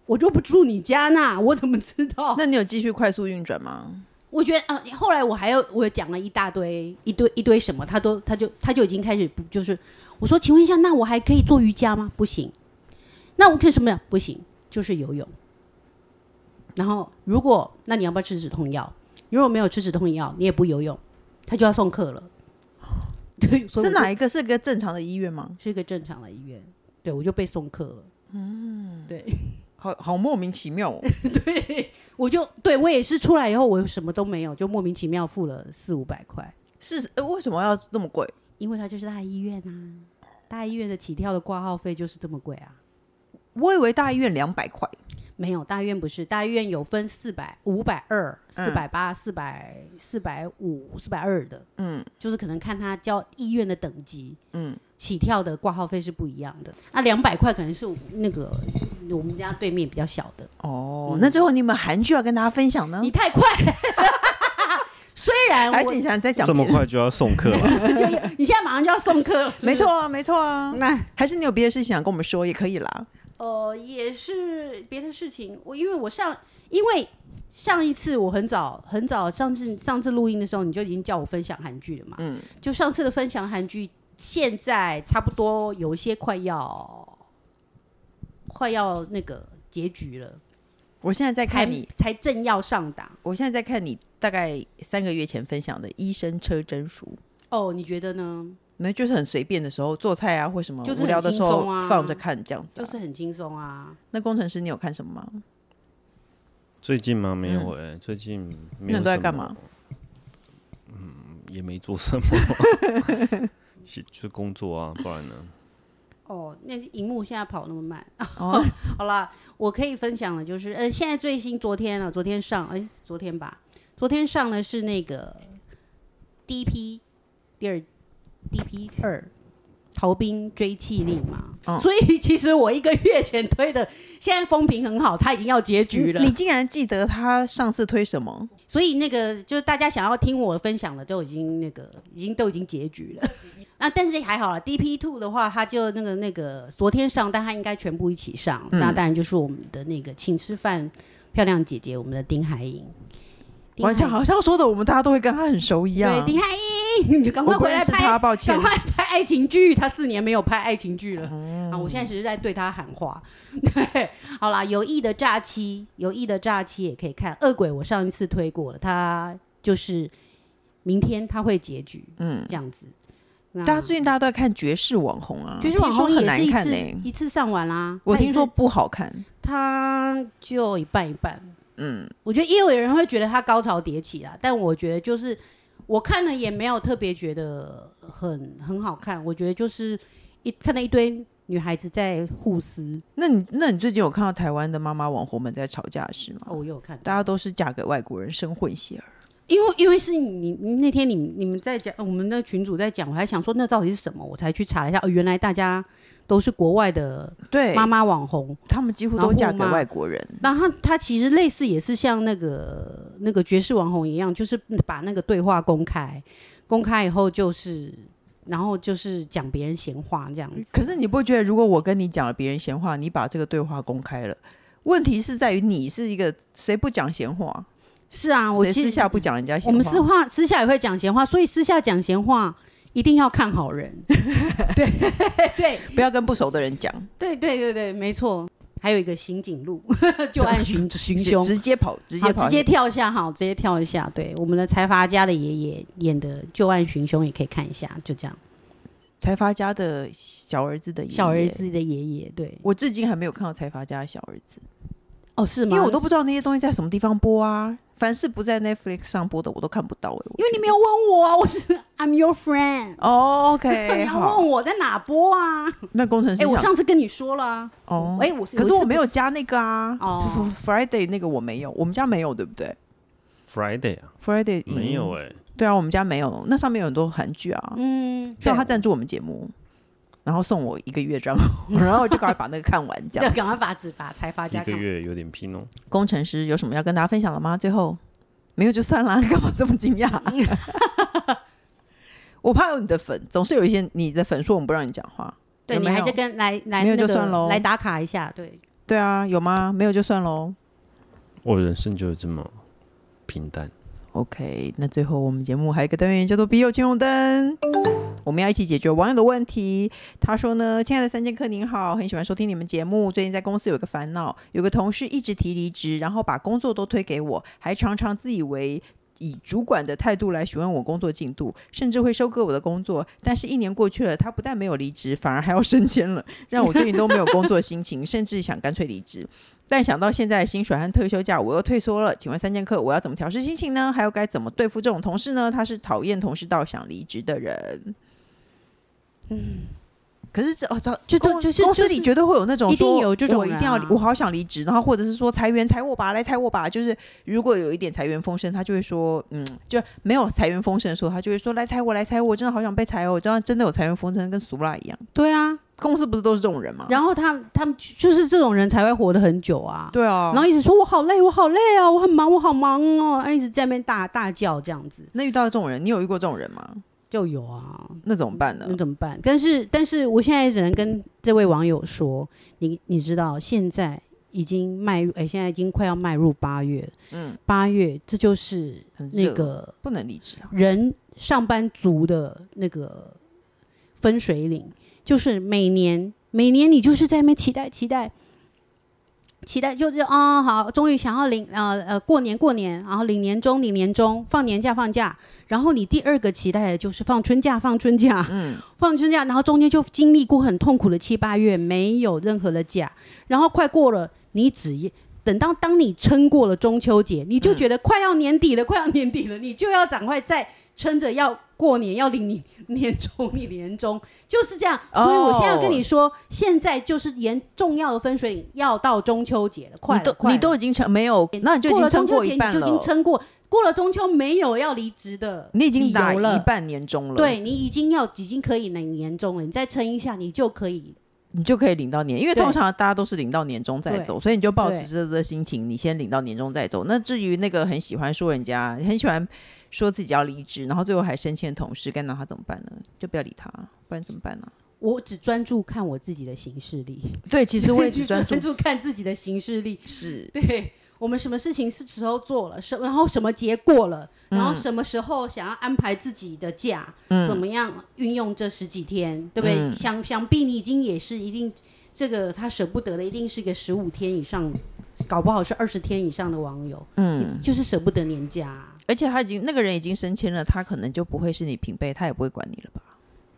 [SPEAKER 2] 我就不住你家那，我怎么知道？
[SPEAKER 1] 那你有继续快速运转吗？
[SPEAKER 2] 我觉得啊、呃后来我还有我有讲了一大堆一堆一堆什么，他都他就他就已经开始不就是我说，请问一下，那我还可以做瑜伽吗？不行。那我可以什么呀？不行，就是游泳。然后如果那你要不要吃止痛药？如果没有吃止痛药，你也不游泳，他就要送客了。 对，
[SPEAKER 1] 是
[SPEAKER 2] 所以我就
[SPEAKER 1] 哪一个？是个正常的医院吗？
[SPEAKER 2] 是一个正常的医院，对我就被送客了。嗯，对。
[SPEAKER 1] 好好莫名其妙哦。
[SPEAKER 2] 对，我就对我也是出来以后，我什么都没有，就莫名其妙付了四五百块。
[SPEAKER 1] 是、呃、为什么要这么贵？
[SPEAKER 2] 因为它就是大医院啊，大医院的起跳的挂号费就是这么贵啊。
[SPEAKER 1] 我以为大医院两百块，
[SPEAKER 2] 没有大医院不是，大医院有分四百、五百二、四百八、四百、四百五、四百二的，
[SPEAKER 1] 嗯
[SPEAKER 2] 就是可能看他交医院的等级，
[SPEAKER 1] 嗯，
[SPEAKER 2] 起跳的挂号费是不一样的。那两百块可能是那个我们家对面比较小的，
[SPEAKER 1] 哦，那最后你有没有韩剧要跟大家分享呢
[SPEAKER 2] 你？太快。 虽然
[SPEAKER 1] 还
[SPEAKER 2] 我
[SPEAKER 1] 是你想再讲
[SPEAKER 3] 这么
[SPEAKER 1] 别的？
[SPEAKER 3] 快就要送客啊了，
[SPEAKER 2] 你现在马上就要送客了，是不是
[SPEAKER 1] 没错。啊，没错啊。
[SPEAKER 2] 那
[SPEAKER 1] 还是你有别的事情想跟我们说也可以啦。
[SPEAKER 2] 呃，也是别的事情。我因为我上，因为上一次我很早很早，上次上次录音的时候，你就已经叫我分享韩剧了嘛。
[SPEAKER 1] 嗯，
[SPEAKER 2] 就上次的分享韩剧，现在差不多有一些快要快要那个结局了，
[SPEAKER 1] 我现在在
[SPEAKER 2] 还
[SPEAKER 1] 看你，
[SPEAKER 2] 才正要上档。
[SPEAKER 1] 我现在在看你大概三个月前分享的《医生车真书》，
[SPEAKER 2] 哦，你觉得呢？
[SPEAKER 1] 那就是很随便的时候做菜啊，或什么
[SPEAKER 2] 就是很
[SPEAKER 1] 无聊的时候
[SPEAKER 2] 轻松啊
[SPEAKER 1] 放着看这样子、啊。
[SPEAKER 2] 就是很轻松啊。
[SPEAKER 1] 那工程师，你有看什么 吗？
[SPEAKER 3] 最近吗？没有哎、最近没有。
[SPEAKER 1] 嗯那你都在干嘛？
[SPEAKER 3] 嗯，也没做什么， 是就是工作啊，不然呢？
[SPEAKER 2] 哦，那荧幕现在跑那么慢。
[SPEAKER 1] 哦，
[SPEAKER 2] 好啦，我可以分享的就是，呃，现在最新昨天啊，昨天上，哎、昨天吧，昨天上的是那个第一批，第二第一批二逃兵追缉令嘛。
[SPEAKER 1] 嗯
[SPEAKER 2] 所以其实我一个月前推的，现在风评很好，它已经要结局了。
[SPEAKER 1] 你竟然记得他上次推什么？
[SPEAKER 2] 所以那个就是大家想要听我分享的，都已经那个已经都已经结局了。 那但是还好啦 d p Two 的话，它就那个那个昨天上，但它应该全部一起上。
[SPEAKER 1] 嗯
[SPEAKER 2] 那当然就是我们的那个请吃饭漂亮姐姐，我们的丁海颖。丁海
[SPEAKER 1] 完全好像说的，我们大家都会跟他很熟一样。啊
[SPEAKER 2] 对，丁海颖，你赶快
[SPEAKER 1] 我不
[SPEAKER 2] 回
[SPEAKER 1] 认
[SPEAKER 2] 来
[SPEAKER 1] 识
[SPEAKER 2] 拍
[SPEAKER 1] 他，，抱歉
[SPEAKER 2] 赶。快拍爱情剧。她四年没有拍爱情剧了、
[SPEAKER 1] 哦
[SPEAKER 2] 啊！我现在只是在对她喊话。 对，好啦，有意的假期，有意的假期也可以看。恶鬼我上一次推过了，它就是明天它会结局，嗯，这样子。那
[SPEAKER 1] 大家最近大家都在看《绝世网红》啊，
[SPEAKER 2] 就是网红
[SPEAKER 1] 听说
[SPEAKER 2] 也
[SPEAKER 1] 很
[SPEAKER 2] 是
[SPEAKER 1] 难
[SPEAKER 2] 一
[SPEAKER 1] 看
[SPEAKER 2] 次、
[SPEAKER 1] 呢、
[SPEAKER 2] 一次上完啦。
[SPEAKER 1] 我
[SPEAKER 2] 它也
[SPEAKER 1] 听说
[SPEAKER 2] 是
[SPEAKER 1] 不好看。
[SPEAKER 2] 它就一半一半，
[SPEAKER 1] 嗯，
[SPEAKER 2] 我觉得也有人会觉得它高潮迭起啦，但我觉得就是我看了也没有特别觉得很很好看，我觉得就是一看到一堆女孩子在互撕，
[SPEAKER 1] 那你那你最近有看到台湾的妈妈网红们在吵架是吗？
[SPEAKER 2] 哦，我有看到，
[SPEAKER 1] 大家都是嫁给外国人生混血儿，
[SPEAKER 2] 因为因为是你你那天你你们在讲，我们那群主在讲，我还想说那到底是什么，我才去查了一下，哦，原来大家都是国外的
[SPEAKER 1] 对，
[SPEAKER 2] 妈妈网红，
[SPEAKER 1] 他们几乎
[SPEAKER 2] 然
[SPEAKER 1] 都
[SPEAKER 2] 后
[SPEAKER 1] 嫁给
[SPEAKER 2] 嘛
[SPEAKER 1] 外国人。
[SPEAKER 2] 然后他其实类似也是像那个那个爵士网红一样，就是把那个对话公开，公开以后就是，然后就是讲别人闲话这样子。
[SPEAKER 1] 可是你不会觉得，如果我跟你讲了别人闲话，你把这个对话公开了，问题是在于你是一个谁不讲闲话，
[SPEAKER 2] 是啊，我
[SPEAKER 1] 谁
[SPEAKER 2] 其
[SPEAKER 1] 私
[SPEAKER 2] 实
[SPEAKER 1] 下不讲人家闲
[SPEAKER 2] 我
[SPEAKER 1] 话。
[SPEAKER 2] 们私话私下也会讲闲话，所以私下讲闲话一定要看好人。 对对
[SPEAKER 1] 不要跟不熟的人讲，
[SPEAKER 2] 对对对对，没错。还有一个刑警路， 就 按寻寻凶，
[SPEAKER 1] 直接跑，直接
[SPEAKER 2] 好
[SPEAKER 1] 跑，
[SPEAKER 2] 直接跳一下，好，直接跳一下。对，我们的财阀家的爷爷演的《旧案寻凶》也可以看一下，就这样。
[SPEAKER 1] 财阀家的小儿子的爷爷
[SPEAKER 2] 小儿。子的爷爷，对，
[SPEAKER 1] 我至今还没有看到财阀家的小儿子，
[SPEAKER 2] 哦，是
[SPEAKER 1] 因
[SPEAKER 2] 吗？
[SPEAKER 1] 为我都不知道那些东西在什么地方播啊。凡是不在 Netflix 上播的，我都看不到、欸。
[SPEAKER 2] 因为你没有问我啊，我是 I'm your friend，
[SPEAKER 1] 哦、o
[SPEAKER 2] 你
[SPEAKER 1] k
[SPEAKER 2] 要
[SPEAKER 1] 好
[SPEAKER 2] 问，我在哪播啊？
[SPEAKER 1] 那工程师
[SPEAKER 2] 哎，我
[SPEAKER 1] 想
[SPEAKER 2] 上次跟你说了啊，
[SPEAKER 1] 哦，
[SPEAKER 2] 哎，我是，
[SPEAKER 1] 可是我没
[SPEAKER 2] 有
[SPEAKER 1] 有加那个啊。
[SPEAKER 2] 哦
[SPEAKER 1] Friday 那个我没有，我们家没有，对不对
[SPEAKER 3] Friday 啊，
[SPEAKER 1] ？Friday 影
[SPEAKER 3] 没有哎、
[SPEAKER 1] 对啊，我们家没有，那上面有很多韩剧啊，
[SPEAKER 2] 嗯，
[SPEAKER 1] 所以他
[SPEAKER 2] 对
[SPEAKER 1] 赞助我们节目，然后送我一个月账号， 然后我就赶快把那个看完。这
[SPEAKER 2] 要
[SPEAKER 1] 样，
[SPEAKER 2] 赶快把纸把财阀家
[SPEAKER 3] 一个
[SPEAKER 2] 看。
[SPEAKER 3] 月有点拼哦。
[SPEAKER 1] 工程师有什么要跟大家分享的吗？最后没有就算啦， 干嘛这么惊讶？ 我怕有你的粉，总是有一些你的粉说我们不让你讲话。
[SPEAKER 2] 对
[SPEAKER 1] 有
[SPEAKER 2] 你
[SPEAKER 1] 没
[SPEAKER 2] 还
[SPEAKER 1] 有
[SPEAKER 2] 是跟来来
[SPEAKER 1] 没有
[SPEAKER 2] 那
[SPEAKER 1] 就
[SPEAKER 2] 个
[SPEAKER 1] 算咯
[SPEAKER 2] 来打卡一下，对，
[SPEAKER 1] 对啊，有吗？没有就算喽。
[SPEAKER 3] 我人生就是这么平淡。
[SPEAKER 1] OK，那最后我们节目还有一个单元叫做“笔友青红灯”，我们要一起解决网友的问题。他说呢：“亲爱的三剑客您好，很喜欢收听你们节目。最近在公司有个烦恼，有个同事一直提离职，然后把工作都推给我，还常常自以为。”以主管的态度来询问我工作进度，甚至会收割我的工作。但是，一年过去了，他不但没有离职，反而还要升迁了，让我最近都没有工作心情，甚至想干脆离职。但想到现在的薪水和特休假，我又退缩了。请问三剑客，我要怎么调试心情呢？还有该怎么对付这种同事呢？他是讨厌同事到想离职的人。可是这哦，这
[SPEAKER 2] 就
[SPEAKER 1] 嗯公
[SPEAKER 2] 就是
[SPEAKER 1] 公司
[SPEAKER 2] 就是
[SPEAKER 1] 里绝对会有那种
[SPEAKER 2] 一定
[SPEAKER 1] 说
[SPEAKER 2] 有这种
[SPEAKER 1] 我一
[SPEAKER 2] 人
[SPEAKER 1] 定要
[SPEAKER 2] 啊
[SPEAKER 1] 我好想离职，然后或者是说裁员裁我吧，来裁我吧。就是如果有一点裁员风声，他就会说，嗯，就没有裁员风声的时候，他就会说来裁我，来裁我，真的好想被裁哦。这样真的有裁员风声，跟俗辣一样。
[SPEAKER 2] 对啊，
[SPEAKER 1] 公司不是都是这种人吗？
[SPEAKER 2] 然后他们他们就是这种人才会活得很久啊。
[SPEAKER 1] 对啊，
[SPEAKER 2] 然后一直说我好累，我好累啊，我很忙，我好忙哦，哎一直在那边大大叫这样子
[SPEAKER 1] 那遇到这种人，你有遇过这种人吗？
[SPEAKER 2] 就有啊，
[SPEAKER 1] 那怎么办呢
[SPEAKER 2] 那？怎么办？但是但是我现在只能跟这位网友说，你你知道现在已经迈入，哎，现在已经快要迈入八月了，
[SPEAKER 1] 嗯，
[SPEAKER 2] 八月这就是
[SPEAKER 1] 很热
[SPEAKER 2] 那个
[SPEAKER 1] 不能离职啊。
[SPEAKER 2] 人上班族的那个分水岭，就是每年每年你就是在那边期待期待。期待就是啊、好，终于想要领呃呃过年过年，然后领年终领年终，放年假放假，然后你第二个期待的就是放春假放春假，
[SPEAKER 1] 嗯，
[SPEAKER 2] 放春假，然后中间就经历过很痛苦的七八月，没有任何的假，然后快过了，你只等到当你撑过了中秋节，你就觉得快要年底了，快要年底了，你就要赶快再撑着要过年，要领你年终，你年终就是这样。所以我现在要跟你说，现在就是严重要的分水岭，要到中秋节了，快
[SPEAKER 1] 你
[SPEAKER 2] 了
[SPEAKER 1] 都
[SPEAKER 2] 快了
[SPEAKER 1] 你都已经撑没有，那你就已
[SPEAKER 2] 过
[SPEAKER 1] 经
[SPEAKER 2] 了中
[SPEAKER 1] 撑
[SPEAKER 2] 秋
[SPEAKER 1] 过
[SPEAKER 2] 节，
[SPEAKER 1] 一
[SPEAKER 2] 你
[SPEAKER 1] 半
[SPEAKER 2] 就已经
[SPEAKER 1] 了，
[SPEAKER 2] 撑过，过了中秋没有要离职的，
[SPEAKER 1] 你已经打
[SPEAKER 2] 了
[SPEAKER 1] 一半年终了，
[SPEAKER 2] 对你已经要已经可以领年终了，你再撑一下，你就可以。
[SPEAKER 1] 你就可以领到年，因为
[SPEAKER 2] 对
[SPEAKER 1] 通常大家都是领到年终再走，所以你就保持这个心情，你先领到年终再走。那至于那个很喜欢说人家，很喜欢说自己要离职，然后最后还生气的同事，该拿他怎么办呢？就不要理他，不然怎么办呢、啊
[SPEAKER 2] 我只专注看我自己的行事历，
[SPEAKER 1] 对，其实我也只
[SPEAKER 2] 只
[SPEAKER 1] 专注
[SPEAKER 2] 专注看自己的行事历。
[SPEAKER 1] 是
[SPEAKER 2] 对我们什么事情是时候做了，什然后什么结果了，然后
[SPEAKER 1] 嗯
[SPEAKER 2] 什么时候想要安排自己的假，怎
[SPEAKER 1] 嗯
[SPEAKER 2] 么样运用这十几天，对不对？
[SPEAKER 1] 嗯
[SPEAKER 2] 想想必你已经也是一定这个他舍不得的，一定是一个十五天以上，搞不好是二十天以上的网友，
[SPEAKER 1] 嗯，
[SPEAKER 2] 就是舍不得年假啊、
[SPEAKER 1] 而且他已经那个人已经升迁了，他可能就不会是你平辈，他也不会管你了吧？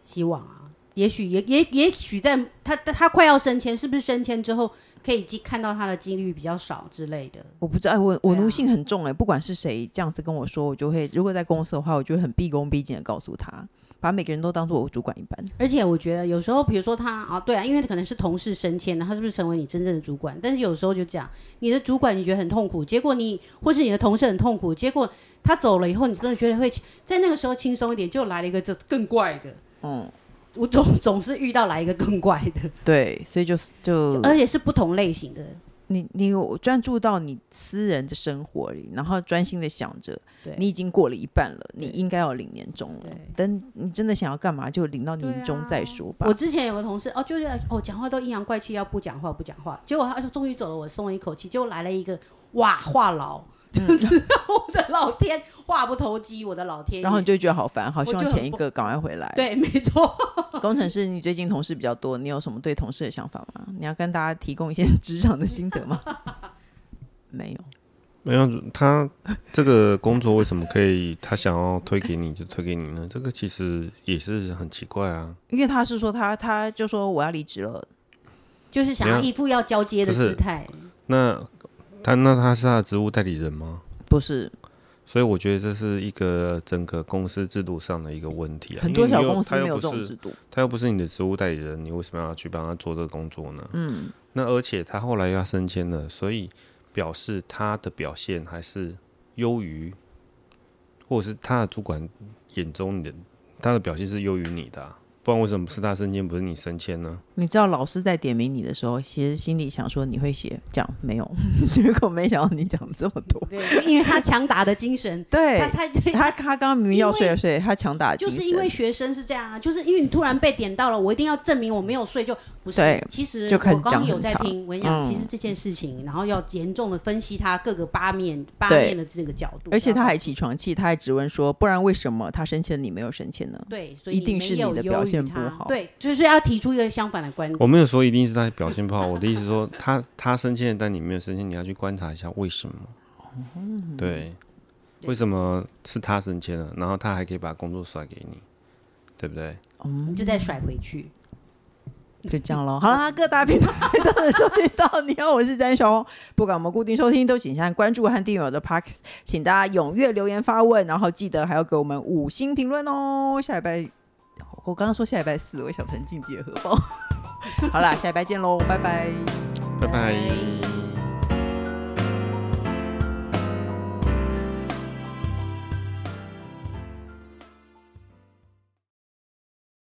[SPEAKER 2] 希望啊，也许也也也许在他他他快要升迁，是不是升迁之后可以看到他的几率比较少之类的？
[SPEAKER 1] 我不知道，哎我我
[SPEAKER 2] 对啊
[SPEAKER 1] 奴性很重哎、不管是谁这样子跟我说，我就会如果在公司的话，我就会很毕恭毕敬的告诉他，把每个人都当做我主管一般。
[SPEAKER 2] 而且我觉得有时候，比如说他啊，对啊，因为可能是同事升迁了，他是不是成为你真正的主管？但是有时候就讲，你的主管你觉得很痛苦，结果你或是你的同事很痛苦，结果他走了以后，你真的觉得会在那个时候轻松一点，就来了一个这更怪的。
[SPEAKER 1] 嗯，
[SPEAKER 2] 我总总是遇到来一个更怪的，
[SPEAKER 1] 对，所以就是就
[SPEAKER 2] 而且是不同类型的。
[SPEAKER 1] 你你有专注到你私人的生活里，然后专心的想着，
[SPEAKER 2] 对，
[SPEAKER 1] 你已经过了一半了，你
[SPEAKER 2] 对
[SPEAKER 1] 应该要领年终了
[SPEAKER 2] 对。啊
[SPEAKER 1] 等你真的想要干嘛，就领到年终再说吧。
[SPEAKER 2] 我之前有个同事哦，就是哦，讲话都阴阳怪气，要不讲话不讲话，结果他就终于走了，我松了一口气，结果来了一个哇话痨，
[SPEAKER 1] 嗯
[SPEAKER 2] 就是、我的老天，话不投机，我的老天爷，
[SPEAKER 1] 然后你就会觉得好烦，好希望
[SPEAKER 2] 就很
[SPEAKER 1] 前一
[SPEAKER 2] 不
[SPEAKER 1] 个赶快回来。，
[SPEAKER 2] 对，没错，
[SPEAKER 1] 工程师，你最近同事比较多，你有什么对同事的想法吗？你要跟大家提供一些 职场的心得吗？没有，
[SPEAKER 3] 没有，他这个工作为什么可以他想要推给你就推给你呢？这个其实也是很奇怪啊。
[SPEAKER 1] 因为他是说他他就说我要离职了，
[SPEAKER 2] 就是想要
[SPEAKER 3] 你看
[SPEAKER 2] 一副要交接的
[SPEAKER 3] 不是
[SPEAKER 2] 姿态，
[SPEAKER 3] 那他那他是他的职务代理人吗？
[SPEAKER 1] 不是
[SPEAKER 3] 所以我觉得这是一个整个公司制度上的一个问题啊。
[SPEAKER 1] 很多
[SPEAKER 3] 因为
[SPEAKER 1] 小
[SPEAKER 3] 你又
[SPEAKER 1] 公司
[SPEAKER 3] 他又
[SPEAKER 1] 没有
[SPEAKER 3] 不
[SPEAKER 1] 这种
[SPEAKER 3] 是
[SPEAKER 1] 制度。
[SPEAKER 3] 他又不是你的职务代理人，你为什么要去帮他做这个工作呢？嗯，那而且他后来又要升迁了，所以表示他的表现还是优于，或者是他的主管眼中你的他的表现是优于你的、啊，不然为什么是他升迁，不是你升迁呢？
[SPEAKER 1] 你知道老师在点名你的时候，其实心里想说你会写这样没有， 结果没想到你讲这么多。
[SPEAKER 2] 对，就因为他强大的精神，
[SPEAKER 1] 对
[SPEAKER 2] 他他
[SPEAKER 1] 他，他刚刚明明要睡了睡，他强打的精
[SPEAKER 2] 就
[SPEAKER 1] 神。
[SPEAKER 2] 是因为学生是这样啊，就是因为你突然被点到了，我一定要证明我没有睡，就不是
[SPEAKER 1] 对。
[SPEAKER 2] 其实
[SPEAKER 1] 就
[SPEAKER 2] 我
[SPEAKER 1] 开始
[SPEAKER 2] 刚
[SPEAKER 1] 讲
[SPEAKER 2] 刚有
[SPEAKER 1] 很
[SPEAKER 2] 在
[SPEAKER 1] 长
[SPEAKER 2] 听，我跟你讲，
[SPEAKER 1] 嗯
[SPEAKER 2] 其实这件事情，然后要严重的分析它各个八面八
[SPEAKER 1] 对
[SPEAKER 2] 面的这个角度，
[SPEAKER 1] 而且
[SPEAKER 2] 然
[SPEAKER 1] 他
[SPEAKER 2] 后
[SPEAKER 1] 还起床气，他还质问说：“不然为什么他升迁你没有升迁呢
[SPEAKER 2] 对，所
[SPEAKER 1] 一
[SPEAKER 2] 以
[SPEAKER 1] 定
[SPEAKER 2] 没
[SPEAKER 1] 是你
[SPEAKER 2] 有
[SPEAKER 1] 的
[SPEAKER 2] 优
[SPEAKER 1] 表
[SPEAKER 2] 于
[SPEAKER 1] 现不
[SPEAKER 2] 他
[SPEAKER 1] 好
[SPEAKER 2] 对，就是要提出一个相反的观点。
[SPEAKER 3] 我没有说一定是他表现不好，我的意思说他他升迁了，但你没有升迁，你要去观察一下为什么。对，为什么是他升迁了，然后他还可以把工作甩给你，对不对？
[SPEAKER 2] 你就再甩回去。？”
[SPEAKER 1] 就这样咯。好啦，各大平台 都能收听到。你好，我是詹雄。不管我们固定收听，都请先关注和订阅我的 p o c k s t 请大家踊跃留言发问，然后记得还要给我们五星评论哦。下礼拜。哦我刚刚说下礼拜 四，我想成境界荷包。好啦，下礼拜见喽，拜拜。
[SPEAKER 3] 拜拜